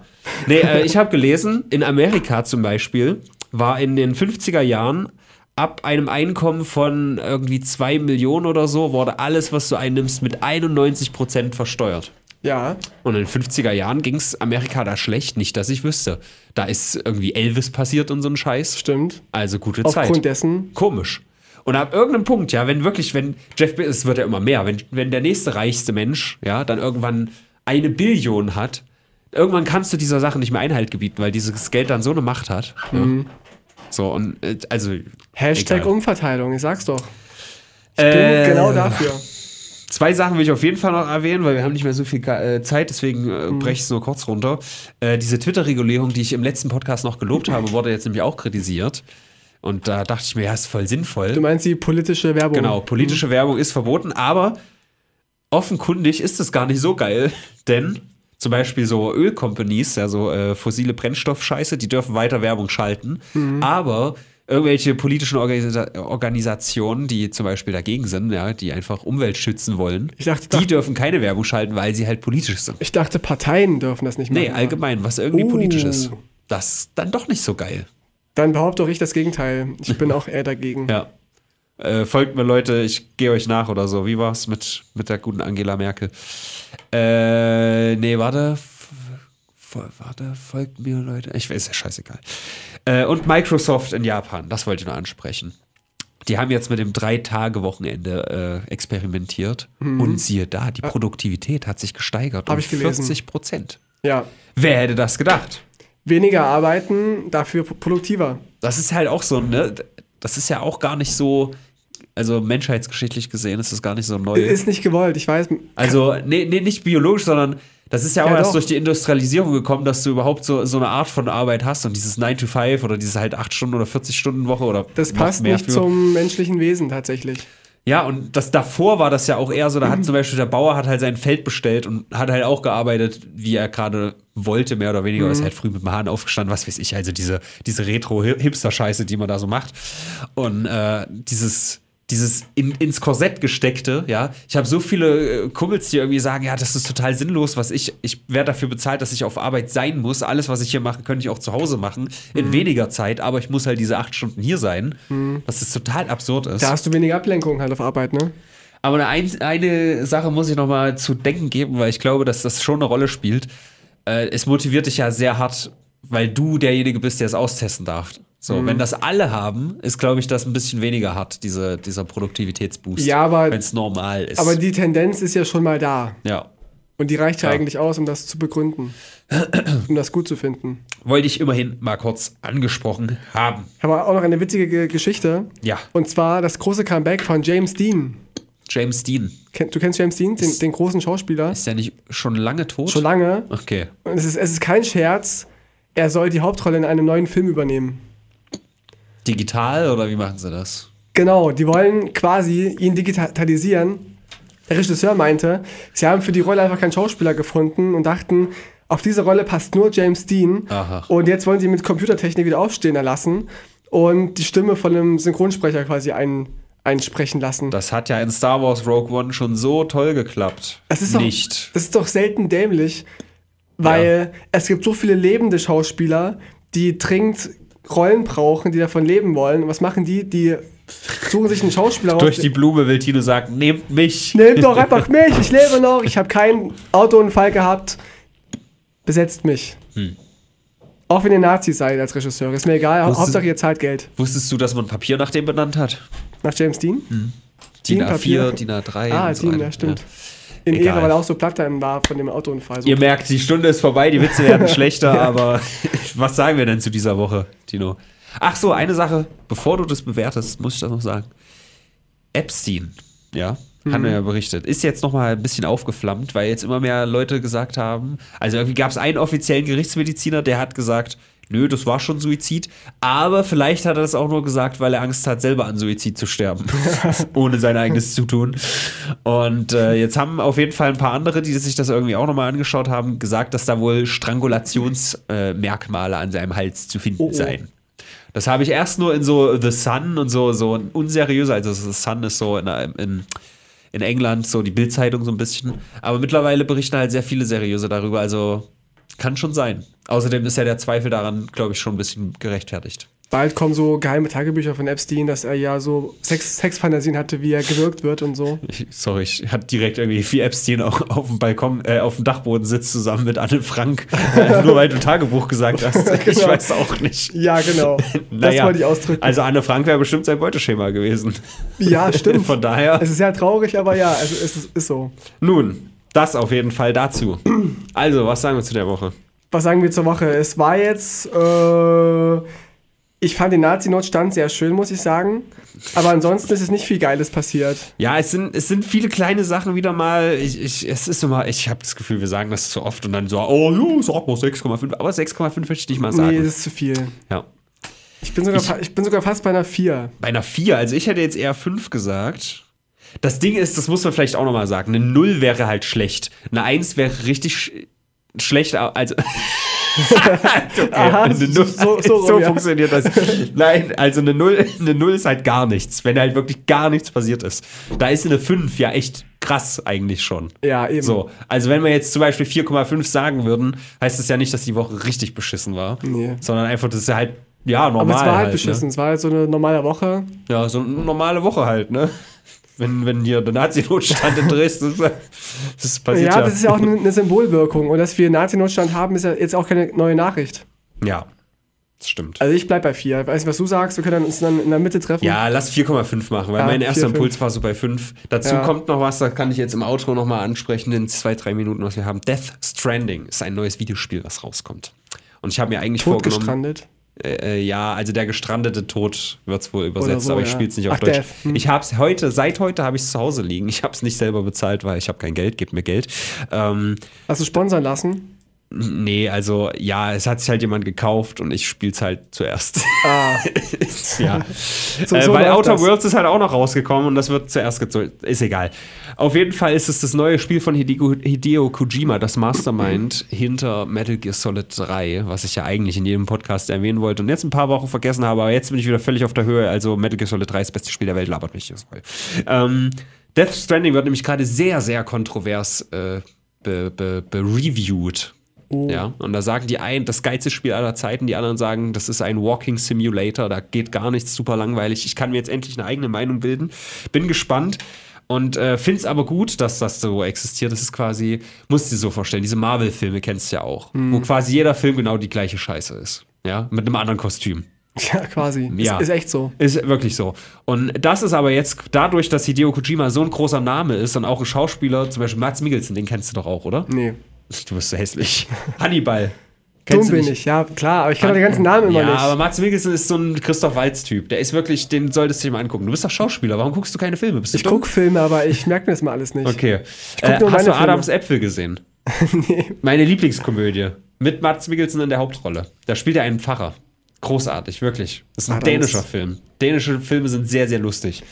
Nee, äh, ich habe gelesen, in Amerika zum Beispiel war in den 50er Jahren ab einem Einkommen von irgendwie 2 Millionen oder so, wurde alles, was du einnimmst, mit 91% versteuert.
Ja.
Und in den 50er Jahren ging es Amerika da schlecht, nicht, dass ich wüsste. Da ist irgendwie Elvis passiert und so ein Scheiß.
Stimmt.
Also gute Zeit.
Aufgrund dessen.
Komisch. Und ab irgendeinem Punkt, ja, wenn wirklich, wenn Jeff Bezos, es wird ja immer mehr, wenn, wenn der nächste reichste Mensch, ja, dann irgendwann eine Billion hat, irgendwann kannst du dieser Sache nicht mehr Einhalt gebieten, weil dieses Geld dann so eine Macht hat. Ja. So, und äh, also.
Mhm. Hashtag
egal.
Umverteilung, ich sag's doch.
Äh,
genau dafür.
Zwei Sachen will ich auf jeden Fall noch erwähnen, weil wir haben nicht mehr so viel Ga- äh, Zeit, deswegen äh,
Mhm.
breche ich es nur kurz runter. Äh, diese Twitter-Regulierung, die ich im letzten Podcast noch gelobt habe, wurde jetzt nämlich auch kritisiert. Und da dachte ich mir, ja, ist voll sinnvoll.
Du meinst die politische Werbung?
Genau, politische Werbung ist verboten, aber offenkundig ist es gar nicht so geil, denn zum Beispiel so Ölcompanies, ja so äh, fossile Brennstoffscheiße, die dürfen weiter Werbung schalten,
Mhm.
aber irgendwelche politischen Organisa Organisationen, die zum Beispiel dagegen sind, ja, die einfach Umwelt schützen wollen,
Ich dachte-
die dürfen keine Werbung schalten, weil sie halt politisch sind.
Ich dachte, Parteien dürfen das nicht machen.
Nee, allgemein, was irgendwie
Oh.
politisch ist. Das ist dann doch nicht so geil.
Dann behaupte doch ich das Gegenteil. Ich bin auch eher dagegen.
Ja. Äh, folgt mir, Leute, ich gehe euch nach oder so. Wie war's mit, mit der guten Angela Merkel? Äh, nee, warte. F- fol- Warte, folgt mir, Leute. Ich weiß, ist ja scheißegal. Äh, und Microsoft in Japan, das wollte ich noch ansprechen. Die haben jetzt mit dem Drei-Tage-Wochenende äh, experimentiert. Und siehe da, die Produktivität hat sich gesteigert.
Mhm. Äh. Hab
um
ich gelesen.
40 Prozent.
Ja.
Wer hätte das gedacht?
Weniger arbeiten, dafür pro- produktiver.
Das ist halt auch so, ne? Das ist ja auch gar nicht so, also menschheitsgeschichtlich gesehen ist das gar nicht so neu.
Ist nicht gewollt, ich weiß.
Also, nee, nee, nicht biologisch, sondern das ist ja auch
Ja,
erst
doch.
durch die Industrialisierung gekommen, dass du überhaupt so, so eine Art von Arbeit hast und dieses 9 to 5 oder dieses halt 8 Stunden oder 40 Stunden Woche oder
Das
noch
passt
mehr
nicht
für-
zum menschlichen Wesen tatsächlich.
Ja, und das davor war das ja auch eher so, da hat zum Beispiel der Bauer hat halt sein Feld bestellt und hat halt auch gearbeitet, wie er gerade wollte, mehr oder weniger, ist halt früh mit dem Hahn aufgestanden, was weiß ich, also diese, diese Retro-Hipster-Scheiße, die man da so macht. Und äh, dieses dieses in, ins Korsett gesteckte, ja. Ich habe so viele äh, Kumpels, die irgendwie sagen, ja, das ist total sinnlos, was ich, ich werde dafür bezahlt, dass ich auf Arbeit sein muss. Alles, was ich hier mache, könnte ich auch zu Hause machen, in weniger Zeit, aber ich muss halt diese acht Stunden hier sein, dass das total absurd ist.
Da hast du weniger Ablenkung halt auf Arbeit, ne?
Aber eine, ein- eine Sache muss ich nochmal zu denken geben, weil ich glaube, dass das schon eine Rolle spielt. Äh, es motiviert dich ja sehr hart, weil du derjenige bist, der es austesten darf. So,
Mhm.
wenn das alle haben, ist, glaube ich, das ein bisschen weniger hart, diese, dieser Produktivitätsboost.
Ja, aber-
Wenn es normal ist.
Aber die Tendenz ist ja schon mal da.
ja.
Und die reicht ja,
Ja.
eigentlich aus, um das zu begründen. um das gut zu finden.
Wollte ich immerhin mal kurz angesprochen haben.
Ich habe auch noch eine witzige Ge- Geschichte.
Ja.
Und zwar das große Comeback von James Dean.
James Dean.
Ken- Du kennst James Dean, den, den großen Schauspieler?
Ist der nicht schon lange tot?
Schon lange.
Okay.
Und es ist, es ist kein Scherz. Er soll die Hauptrolle in einem neuen Film übernehmen.
Digital oder wie machen sie das?
Genau, die wollen quasi ihn digitalisieren. Der Regisseur meinte, sie haben für die Rolle einfach keinen Schauspieler gefunden und dachten, auf diese Rolle passt nur James Dean.
Aha.
Und jetzt wollen sie ihn mit Computertechnik wieder aufstehen erlassen und die Stimme von einem Synchronsprecher quasi ein, einsprechen lassen.
Das hat ja in Star Wars Rogue One schon so toll geklappt.
Es ist doch,
Nicht.
Das ist doch selten dämlich, weil es gibt so viele lebende Schauspieler, die dringend Rollen brauchen, die davon leben wollen. Und was machen die? Die suchen sich einen Schauspieler
Durch
raus.
die Blume will Tino sagen, nehmt mich.
Nehmt doch einfach mich, ich lebe noch, ich habe keinen Autounfall gehabt. Besetzt mich.
Hm.
Auch wenn ihr Nazis seid als Regisseur, ist mir egal,
Wusstest-
Hauptsache ihr zahlt Geld.
Wusstest du, dass man Papier nach dem benannt hat?
Nach James Dean?
Hm. DIN A4,
Papier.
DIN A3.
Ah,
und so
Dean,
weiter.
ja, stimmt. In
Egal.
Ehre, weil er auch so Plattern war von dem Autounfall. So.
Ihr merkt, die Stunde ist vorbei, die Witze werden schlechter, aber was sagen wir denn zu dieser Woche, Tino? Ach so, eine Sache, bevor du das bewertest, muss ich das noch sagen. Epstein, ja,
Hm.
haben wir ja berichtet, ist jetzt nochmal ein bisschen aufgeflammt, weil jetzt immer mehr Leute gesagt haben, also irgendwie gab es einen offiziellen Gerichtsmediziner, der hat gesagt, nö, das war schon Suizid, aber vielleicht hat er das auch nur gesagt, weil er Angst hat, selber an Suizid zu sterben, ohne sein eigenes Zutun. Und äh, jetzt haben auf jeden Fall ein paar andere, die sich das irgendwie auch nochmal angeschaut haben, gesagt, dass da wohl Strangulationsmerkmale äh, Merkmale an seinem Hals zu finden
Oh, oh.
seien. Das habe ich erst nur in so The Sun und so, so ein unseriöser, also The Sun ist so in, in, in England so die Bildzeitung so ein bisschen. Aber mittlerweile berichten halt sehr viele seriöse darüber, also kann schon sein. Außerdem ist ja der Zweifel daran, glaube ich, schon ein bisschen gerechtfertigt.
Bald kommen so geheime Tagebücher von Epstein, dass er ja so Sex, Sexfantasien hatte, wie er gewirkt wird und so.
Ich, sorry, ich hatte direkt irgendwie vier Epstein auch auf dem Balkon, äh, auf dem Dachboden sitzt zusammen mit Anne Frank, äh, nur weil du Tagebuch gesagt hast. Ich
Genau.
weiß auch nicht.
Ja, genau. Das
Naja,
wollte ich ausdrücken.
Also Anne Frank wäre bestimmt sein Beuteschema gewesen.
ja, stimmt.
Von daher.
Es ist ja traurig, aber ja, also es ist, ist so.
Nun, das auf jeden Fall dazu. Also, was sagen wir zu der Woche?
Was sagen wir zur Woche? Es war jetzt. Äh, ich fand den Nazi-Notstand sehr schön, muss ich sagen. Aber ansonsten ist es nicht viel Geiles passiert.
Ja, es sind, es sind viele kleine Sachen wieder mal. Ich, ich, es ist immer, ich habe das Gefühl, wir sagen das zu oft und dann so, oh ja, sag mal 6,5. Aber 6,5 würde ich nicht mal
Nee,
sagen.
das ist zu viel.
Ja.
Ich bin sogar, fa- ich bin sogar fast bei einer 4.
Bei einer 4, also ich hätte jetzt eher 5 gesagt. Das Ding ist, das muss man vielleicht auch nochmal sagen, eine 0 wäre halt schlecht. Eine 1 wäre richtig sch schlecht, au- also... okay,
Aha,
eine
so-
Null-
so- so
so,
rum, ja.
funktioniert das. Nein, also eine 0, eine 0 ist halt gar nichts, wenn halt wirklich gar nichts passiert ist. Da ist eine 5 ja echt krass eigentlich schon.
Ja, eben.
So, also wenn wir jetzt zum Beispiel 4,5 sagen würden, heißt das ja nicht, dass die Woche richtig beschissen war,
Nee.
sondern einfach, das ist ja halt, ja, normal
Aber es war halt,
ne?
beschissen. Es war halt so eine normale Woche.
Ja, so eine normale Woche halt, ne? Wenn, wenn hier der Nazi-Notstand in Dresden ist, ne? das passiert ja.
Ja, das ist ja auch eine, eine Symbolwirkung. Und dass wir Nazi-Notstand haben, ist ja jetzt auch keine neue Nachricht.
Ja, das stimmt.
Also ich bleib bei 4. Ich weiß nicht, was du sagst. Wir können uns dann in der Mitte treffen.
Ja, lass 4,5 machen, weil
Ja,
mein
4,5.
erster Impuls war so bei 5. Dazu
Ja.
kommt noch was, das kann ich jetzt im Outro nochmal ansprechen, in zwei, drei Minuten, was wir haben. Death Stranding ist ein neues Videospiel, was rauskommt. Und ich habe mir eigentlich vorgenommen,
Totgestrandet.
äh, äh, ja, also der gestrandete Tod wird's wohl übersetzt,
so,
aber ich
ja.
spiele es nicht auf
Ach,
Deutsch.
Death, hm.
Ich hab's heute, seit heute habe ich zu Hause liegen. Ich hab's nicht selber bezahlt, weil ich habe kein Geld, gebt mir Geld. Ähm,
Hast du sponsern lassen?
Nee, also ja, es hat sich halt jemand gekauft und ich spiel's halt zuerst.
Ah,
ja.
so,
äh,
so
weil
läuft
Outer
das.
Worlds ist halt auch noch rausgekommen und das wird zuerst gezogen. Ist egal. Auf jeden Fall ist es das neue Spiel von Hideo, Hideo Kojima, das Mastermind hinter Metal Gear Solid 3, was ich ja eigentlich in jedem Podcast erwähnen wollte und jetzt ein paar Wochen vergessen habe, aber jetzt bin ich wieder völlig auf der Höhe. Also Metal Gear Solid 3 ist das beste Spiel der Welt, labert mich jetzt voll. Ähm, Death Stranding wird nämlich gerade sehr, sehr kontrovers äh, be, be, bereviewed.
Mhm.
Ja, und da sagen die einen, das geilste Spiel aller Zeiten, die anderen sagen, das ist ein Walking Simulator, da geht gar nichts, super langweilig. Ich kann mir jetzt endlich eine eigene Meinung bilden. Bin gespannt und äh, finde es aber gut, dass das so existiert. Das ist quasi, musst du dir so vorstellen, diese Marvel-Filme kennst du ja auch,
Mhm.
wo quasi jeder Film genau die gleiche Scheiße ist. Ja, mit einem anderen Kostüm.
ja, quasi.
Ja.
Ist, ist echt so.
Ist wirklich so. Und das ist aber jetzt dadurch, dass Hideo Kojima so ein großer Name ist und auch ein Schauspieler, zum Beispiel Max Mikkelsen, den kennst du doch auch, oder?
Nee.
Du bist so hässlich. Hannibal.
Dumm
du
bin
nicht? Ah,
ich. Ja, klar. Aber ich kann den ganzen Namen immer
ja,
nicht.
aber Max Mikkelsen ist so ein Christoph Walz-Typ. Der ist wirklich, den solltest du dir mal angucken. Du bist doch Schauspieler, warum guckst du keine Filme? Bist du
ich
dumm?
guck Filme, aber ich merke mir das mal alles nicht.
Okay.
guck
Äh,
nur
hast
meine
du
Filme.
Adams Äpfel gesehen?
nee.
Meine Lieblingskomödie. Mit Max Mikkelsen in der Hauptrolle. Da spielt er einen Pfarrer. Großartig, wirklich. Das ist ein
Adams.
dänischer Film. Dänische Filme sind sehr, sehr lustig.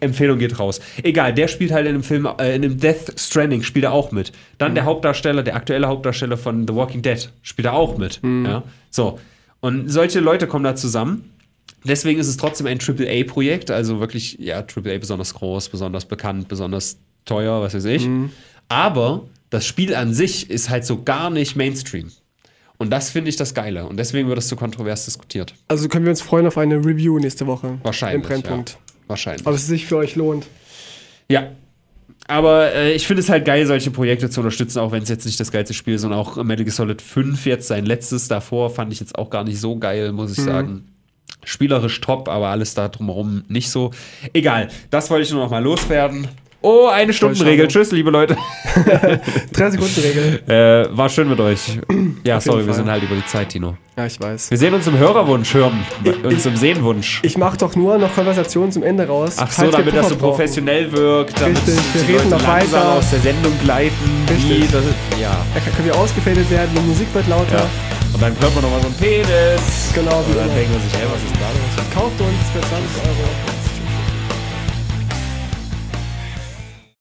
Empfehlung geht raus. Egal, der spielt halt in einem Film, äh, in einem Death Stranding spielt er auch mit. Dann der Hauptdarsteller, der aktuelle Hauptdarsteller von The Walking Dead spielt er auch mit. Ja? So. Und solche Leute kommen da zusammen Deswegen ist es trotzdem ein AAA-Projekt, also wirklich, ja, AAA besonders groß, besonders bekannt, besonders teuer, was weiß ich. Aber das Spiel an sich ist halt so gar nicht Mainstream. Und das finde ich das Geile. Und deswegen wird es so kontrovers diskutiert.
Also können wir uns freuen auf eine Review nächste Woche.
Wahrscheinlich.
Im Also Brennpunkt.
Ja. Wahrscheinlich.
Ob es sich für euch lohnt.
Ja. Aber äh, ich finde es halt geil, solche Projekte zu unterstützen, auch wenn es jetzt nicht das geilste Spiel ist. Und auch Metal Gear Solid 5 jetzt, sein letztes davor, fand ich jetzt auch gar nicht so geil, muss ich sagen. Spielerisch top, aber alles da drumherum nicht so. Egal, das wollte ich nur noch mal loswerden. Oh, eine Stundenregel.
schade.
Tschüss, liebe Leute.
3-Sekunden-Regel.
Äh, war schön mit euch. Ja, sorry, wir
Fall.
sind halt über die Zeit, Tino.
Ja, ich weiß.
Wir sehen uns im Hörerwunsch, hören. Uns im Sehenwunsch.
Ich mache doch nur noch Konversationen zum Ende raus.
Ach so,
falls wir
damit das so
Puffer brauchen.
professionell wirkt, damit
Richtig, wir
die
reden
Leute
noch
langsam
weiter.
aus der Sendung gleiten. Wie,
Richtig.
das ist, ja.
Da kann- können wir ausgefädelt werden, die Musik wird lauter.
ja. Und dann hört man nochmal so einen Penis.
Genau, wie
Und dann
immer.
denkt man sich, hey, was ist da los?
Kauft uns für 20 Euro.